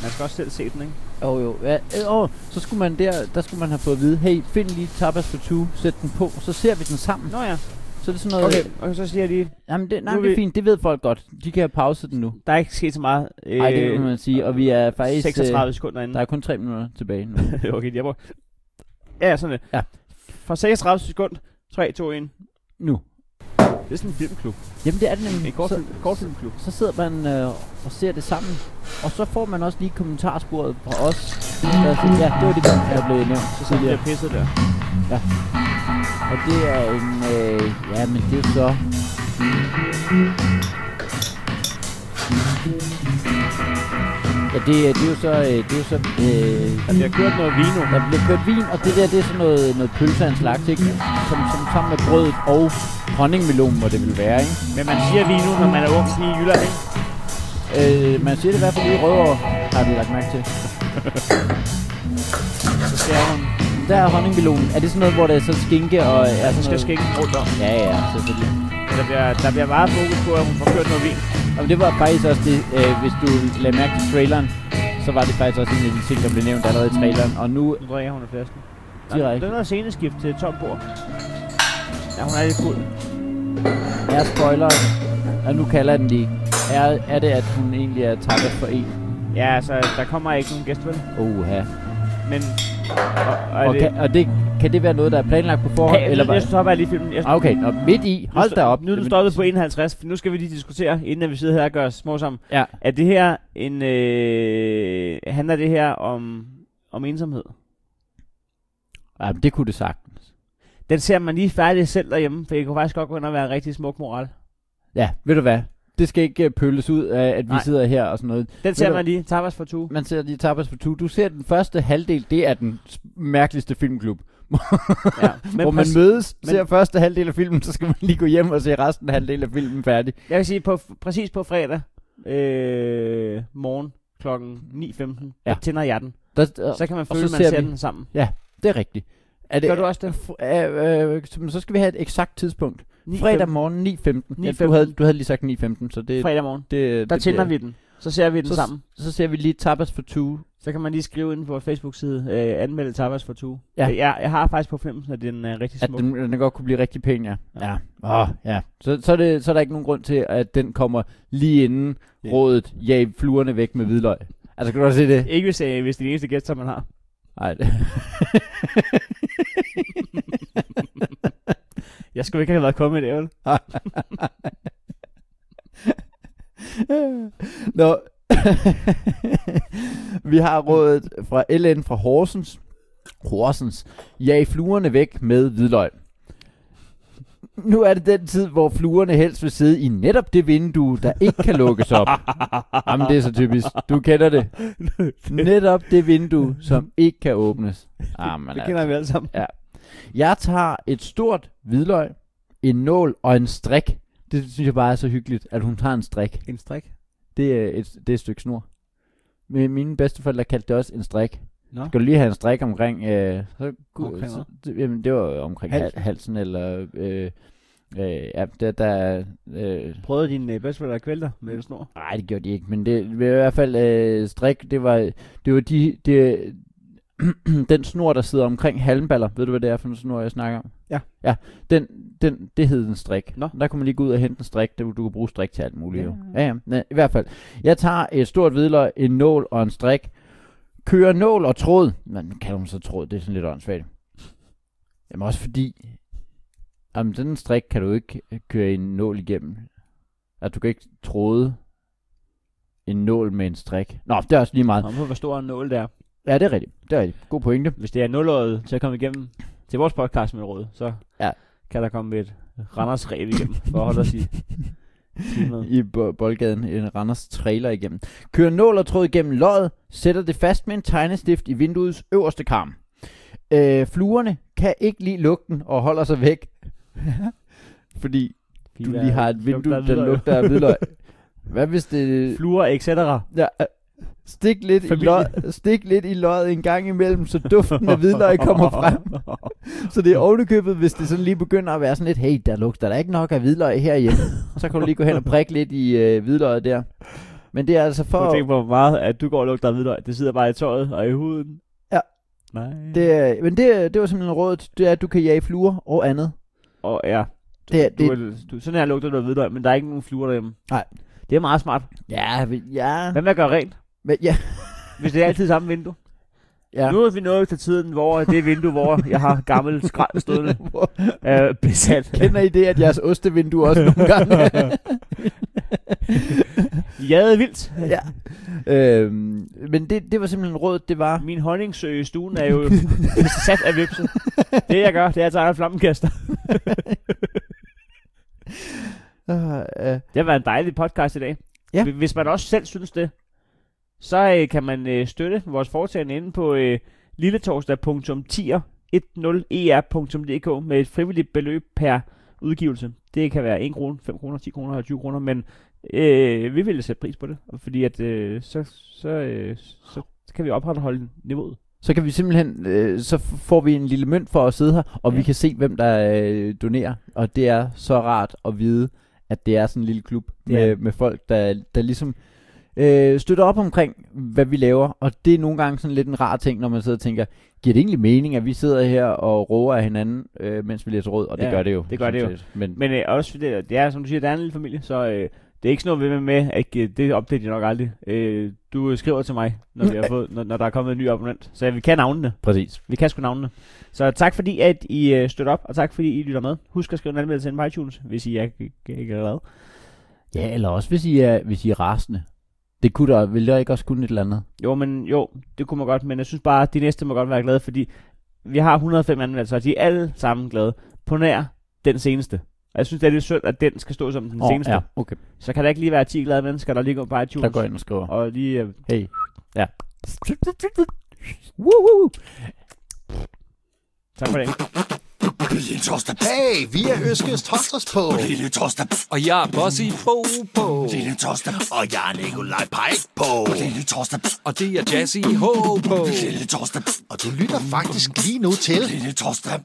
S1: Man skal også selv se den, ikke?
S2: Jo jo, ja, øh, åh, så skulle man der, der skulle man have fået at vide, hey, find lige tapas for 20, sæt den på, så ser vi den sammen.
S1: Nå ja.
S2: Så er det sådan noget, øh,
S1: Okay, og så siger jeg lige,
S2: Jamen, det, nej,
S1: Nu er
S2: det er
S1: vi-
S2: fint. Det ved folk godt. De kan have pauset den nu.
S1: der er ikke sket så meget. Øh,
S2: Nej, det kan man sige. Og vi er faktisk... øh,
S1: 36 sekunder inden.
S2: Der er kun 3 minutter
S1: *laughs*
S2: tilbage nu.
S1: okay, jeg bruger. Ja, sådan det.
S2: Ja.
S1: Fra 36 sekund, 3, 2, 1.
S2: nu.
S1: Det er sådan en filmklub.
S2: Jamen, det er det nemlig.
S1: En kort,
S2: så,
S1: kortfilmklub.
S2: så sidder man øh, og ser det sammen. Og så får man også lige kommentarsporet fra os.
S1: Ah.
S2: Der siger, ja, det var det, der blev nævnt. Så
S1: Så
S2: siger
S1: det
S2: jeg.
S1: er pisset der.
S2: Og det er en... Øh, ja, men det er så... Ja, det, er- det er jo så... Øh, det er jo så... Øh,
S1: Der bliver kørt noget vino.
S2: Der bliver kørt vin, og det der, det er sådan noget, noget pølse af en slags, ikke? Som, som sammen med brødet og honningmelon, hvor det vil være, ikke?
S1: Men man siger vino, når man er ung pige i Jylland, ikke?
S2: Øh, man siger det i hvert fald i Rødovre, har vi lagt mærke til.
S1: Så siger hun,
S2: Der er honningmelonen. Er det sådan noget, hvor der er så skinke og... øh, Er sådan
S1: man skal
S2: noget?
S1: skænke rundt om.
S2: Ja, ja, selvfølgelig.
S1: Der bliver, der bliver meget fokus på, at hun får kørt noget vin.
S2: Og det var faktisk også det, øh, hvis du lagde mærke til traileren, så var det faktisk også en af de ting, der blev nævnt allerede i traileren. Og nu
S1: Nu drikker hun af flasken. Der-
S2: Direkte.
S1: Der er noget sceneskift til tom bord. Ja, hun er lidt fuld.
S2: er spoileren, og nu kalder jeg den lige, er, er det, at hun egentlig er takket for en?
S1: Ja, altså, der kommer ikke nogen gæst, vel?
S2: Oha.
S1: Men... Og, og,
S2: Og, kan, og det, kan det være noget, der er planlagt på forhånd?
S1: Hey,
S2: eller
S1: eller
S2: hvad?
S1: jeg stopper jeg lige filmen. Jeg,
S2: Ah, Okay, og midt i,
S1: nu altså-
S2: hold
S1: sto-
S2: da op.
S1: Nu er den
S2: Jamen,
S1: stoppet på 51, for nu skal vi lige diskutere, inden at vi sidder her og gør os små sammen.
S2: Ja,
S1: Er det her en... Øh, handler det her om, om ensomhed?
S2: Ja, men det kunne det sagtens.
S1: Den ser man lige færdig selv derhjemme, for jeg kunne faktisk godt gå ind og være en rigtig smuk moral.
S2: Ja, ved du hvad? Det skal ikke øh, pølles ud af, at vi
S1: Nej.
S2: Nej. sidder her og sådan noget.
S1: Den ser
S2: du-
S1: man lige. Tapas for
S2: *laughs*
S1: to.
S2: Man ser de tapas på tu. Du ser den første halvdel, det er den s- mærkeligste filmklub.
S1: Ja.
S2: Men hvor man
S1: præc-
S2: mødes,
S1: men-
S2: men... ser første halvdel af filmen, *laughs* så skal man lige gå hjem og se resten af halvdelen af filmen færdig.
S1: Jeg vil sige, på, præcis på fredag øh, morgen klokken 9.15, ja.
S2: Ja.
S1: der tænder jeg den.
S2: Der, der,
S1: Så kan man
S2: og
S1: føle, at
S2: så
S1: man
S2: ser
S1: ser
S2: vi-
S1: den sammen.
S2: det er rigtigt. Er det,
S1: Gør du også det?
S2: Øh, øh, så- men så skal vi have et eksakt tidspunkt.
S1: 9,
S2: Fredag morgen 9.15. Ja,
S1: 9.15.
S2: du, havde, du havde lige sagt 9.15, så det...
S1: fredag morgen.
S2: det
S1: Der
S2: det
S1: tænder
S2: bliver-
S1: vi den. Så ser vi den
S2: Så-
S1: sammen.
S2: Så ser vi lige tapas for two.
S1: Så kan man lige skrive ind på vores Facebook-side, øh, anmelde tapas for to.
S2: Ja.
S1: Ja. Jeg, jeg har faktisk på fornemmelsen, at den er rigtig
S2: At
S1: smuk.
S2: den, den godt kunne blive rigtig pæn, ja.
S1: Ja.
S2: Ja. Åh, ja. Så, så, er det, så er der ikke nogen grund til, at den kommer lige inden rådet jag fluerne væk med hvidløg. Altså, kan du også se det?
S1: Ikke hvis, øh, hvis det er de eneste gæster, man har. *laughs*
S2: Nej, *laughs*
S1: Jeg skulle ikke have været kommet i dag, vel?
S2: Nå. *laughs* vi har rådet fra LN fra Horsens. Horsens. Jag fluerne væk med hvidløg. Nu er det den tid, hvor fluerne helst vil sidde i netop det vindue, der ikke kan lukkes
S1: *laughs*
S2: op. Jamen, det er så typisk. Du kender det. Netop det vindue, som ikke kan åbnes. Jamen,
S1: Det
S2: altså.
S1: kender vi alle sammen.
S2: Jeg tager et stort hvidløg, en nål og en strik. Det synes jeg bare er så hyggeligt, at hun tager en strik.
S1: En strik.
S2: Det er et, det er et stykke snor. Men mine bedsteforældre kaldte det også en strik.
S1: Nå.
S2: Skal du lige have en strik omkring... Øh, så,
S1: Omkring
S2: så, det, jamen, det var jo omkring
S1: Halsen.
S2: halsen, halsen eller... Øh, øh, ja, der... der øh,
S1: Prøvede dine øh, bedsteforældre at kvæle dig med en snor?
S2: nej, det gjorde de ikke, men det var i hvert fald øh, strik. Det var, det var de, det, *clears throat* den snor, der sidder omkring halmballer. Ved du, hvad det er for en snor, jeg snakker om?
S1: Ja.
S2: Ja, den, den, det hed en strik.
S1: Nå.
S2: Der kunne man lige gå ud og hente en strik. Det, du kan bruge strik til alt muligt. Jo. Ja, ja. Næ, I hvert fald. Jeg tager et stort hvidløg, en nål og en strik. Kører nål og tråd. Men nu kalder hun så tråd. Det er sådan lidt åndssvagt. Jamen også fordi... Jamen, den strik kan du ikke øh, køre en nål igennem. At du kan ikke tråde en nål med en strik. Nå, det er også lige meget.
S1: Kom på, hvor stor en nål det er.
S2: Ja, det er rigtigt. Det er rigtigt. God pointe.
S1: Hvis det er nulåret til at komme igennem til vores podcast med råd, så
S2: Ja.
S1: kan der komme et Randers Rev igennem, for at holde
S2: *laughs*
S1: os i timet.
S2: i bo- boldgaden en Randers trailer igennem. Kører nål og tråd igennem løjet, sætter det fast med en tegnestift i vinduets øverste karm. Øh, fluerne kan ikke lide lugten og holder sig væk,
S1: *laughs*
S2: fordi
S1: De
S2: du
S1: der
S2: lige har et vindue,
S1: lugter af
S2: der
S1: hvidløg.
S2: lugter af
S1: *laughs*
S2: hvidløg. Hvad hvis det...
S1: Fluer, etc.
S2: Ja, øh, stik, lidt i
S1: Familie.
S2: løg, stik lidt i løjet en gang imellem, så duften af
S1: *laughs*
S2: hvidløg kommer frem. Så det er ovenikøbet, hvis det sådan lige begynder at være sådan lidt, hey, der lugter der ikke nok af hvidløg herhjemme. så kan du lige gå hen og prikke lidt i øh, hvidløget der. Men det er altså
S1: Prøv at
S2: for...
S1: tænke på, hvor meget at du går og lugter af hvidløg. Det sidder bare i tøjet og i huden.
S2: Ja.
S1: Nej. Det,
S2: Det, er- men det, det var simpelthen rådet, det er, at du kan jage fluer og andet.
S1: og ja,
S2: Det, er-
S1: du,
S2: det,
S1: det, du, sådan her lugter du af hvidløg, men der er ikke nogen fluer derhjemme.
S2: Nej.
S1: Det er meget smart.
S2: ja, vi- ja,
S1: Hvad med at gøre rent,
S2: men, ja,
S1: hvis det er altid samme vindue? Ja.
S2: ja.
S1: Nu er vi nået til tiden, hvor det vindue, hvor jeg har gammel skrald stående,
S2: Hvor-
S1: øh, besat.
S2: Kender I det, at jeres ostevindue også nogle gange?
S1: *laughs* Jade vildt.
S2: ja. øhm, men det, det var simpelthen rådet, det var...
S1: Min honningsø i stuen
S2: *laughs*
S1: er jo besat af vipset. Det jeg gør, det er at tegne flammekaster.
S2: Øh, øh,
S1: Det har været en dejlig podcast i dag.
S2: Ja.
S1: Hvi- Hvis man også selv synes det, så øh, kan man øh, støtte vores foretagende inde på øh, e lilletorsdag.10er10er.dk med et frivilligt beløb per udgivelse. Det kan være 1 kr., 5 kr., 10 kr. og 20 kr., men øh, vi vil sætte pris på det, fordi at, øh, så, så, øh, så kan vi opretholde niveauet.
S2: så kan vi simpelthen, øh, så f- får vi en lille mønt for at sidde her, og ja.
S1: Ja.
S2: vi kan se, hvem der øh, donerer. Og det er så rart at vide, at det er sådan en lille klub
S1: Det er
S2: med, med folk, der, der ligesom øh, støtter op omkring, hvad vi laver. Og det er nogle gange sådan lidt en rar ting, når man sidder og tænker, giver det egentlig mening, at vi sidder her og råber af hinanden, øh, mens vi læser råd? Og det
S1: Ja,
S2: gør det jo.
S1: det gør det jo.
S2: sådan set. Men,
S1: Men øh, også, fordi det, det er, som du siger, der er en lille familie, så øh, det er ikke sådan noget ved med, at øh, det opdager de nok aldrig. Øh, du øh, skriver til mig, når,
S2: *laughs*
S1: vi har fået, når, når der er kommet en ny abonnent. Så ja, vi kan navnene.
S2: præcis.
S1: Vi kan sgu navnene. Så tak fordi, at I øh, støtter op, og tak fordi, I lytter med. Husk at skrive en anmeldelse ind på iTunes, hvis I er ikke ikke er glad.
S2: Ja, eller også hvis I er, hvis I er rasende. Det kunne der, vil der ikke også kunne et eller andet?
S1: Jo, men jo, det kunne man godt, men jeg synes bare, at de næste må godt være glade, fordi vi har 105 anmeldelser, og de er alle sammen glade. På nær den seneste. Og jeg synes, det er lidt synd, at den skal stå som den
S2: Åh,
S1: seneste.
S2: ja, okay.
S1: Så kan der ikke lige være 10 glade mennesker, der lige går på iTunes.
S2: Der går jeg ind og skriver.
S1: Og lige... Øh,
S2: Hey. Ja.
S1: woo, woo, woo. Tak for det.
S4: Lille torsdag. Hey, vi er Øskes Torsdags på. Lille torsdag.
S5: Og jeg er Bossy Bo på.
S4: Lille torsdag. Og jeg er Nikolaj Pike på. Lille torsdag.
S5: Og det er Jazzy H på.
S4: Lille torsdag. Og du lytter faktisk lige nu til. Lille torsdag.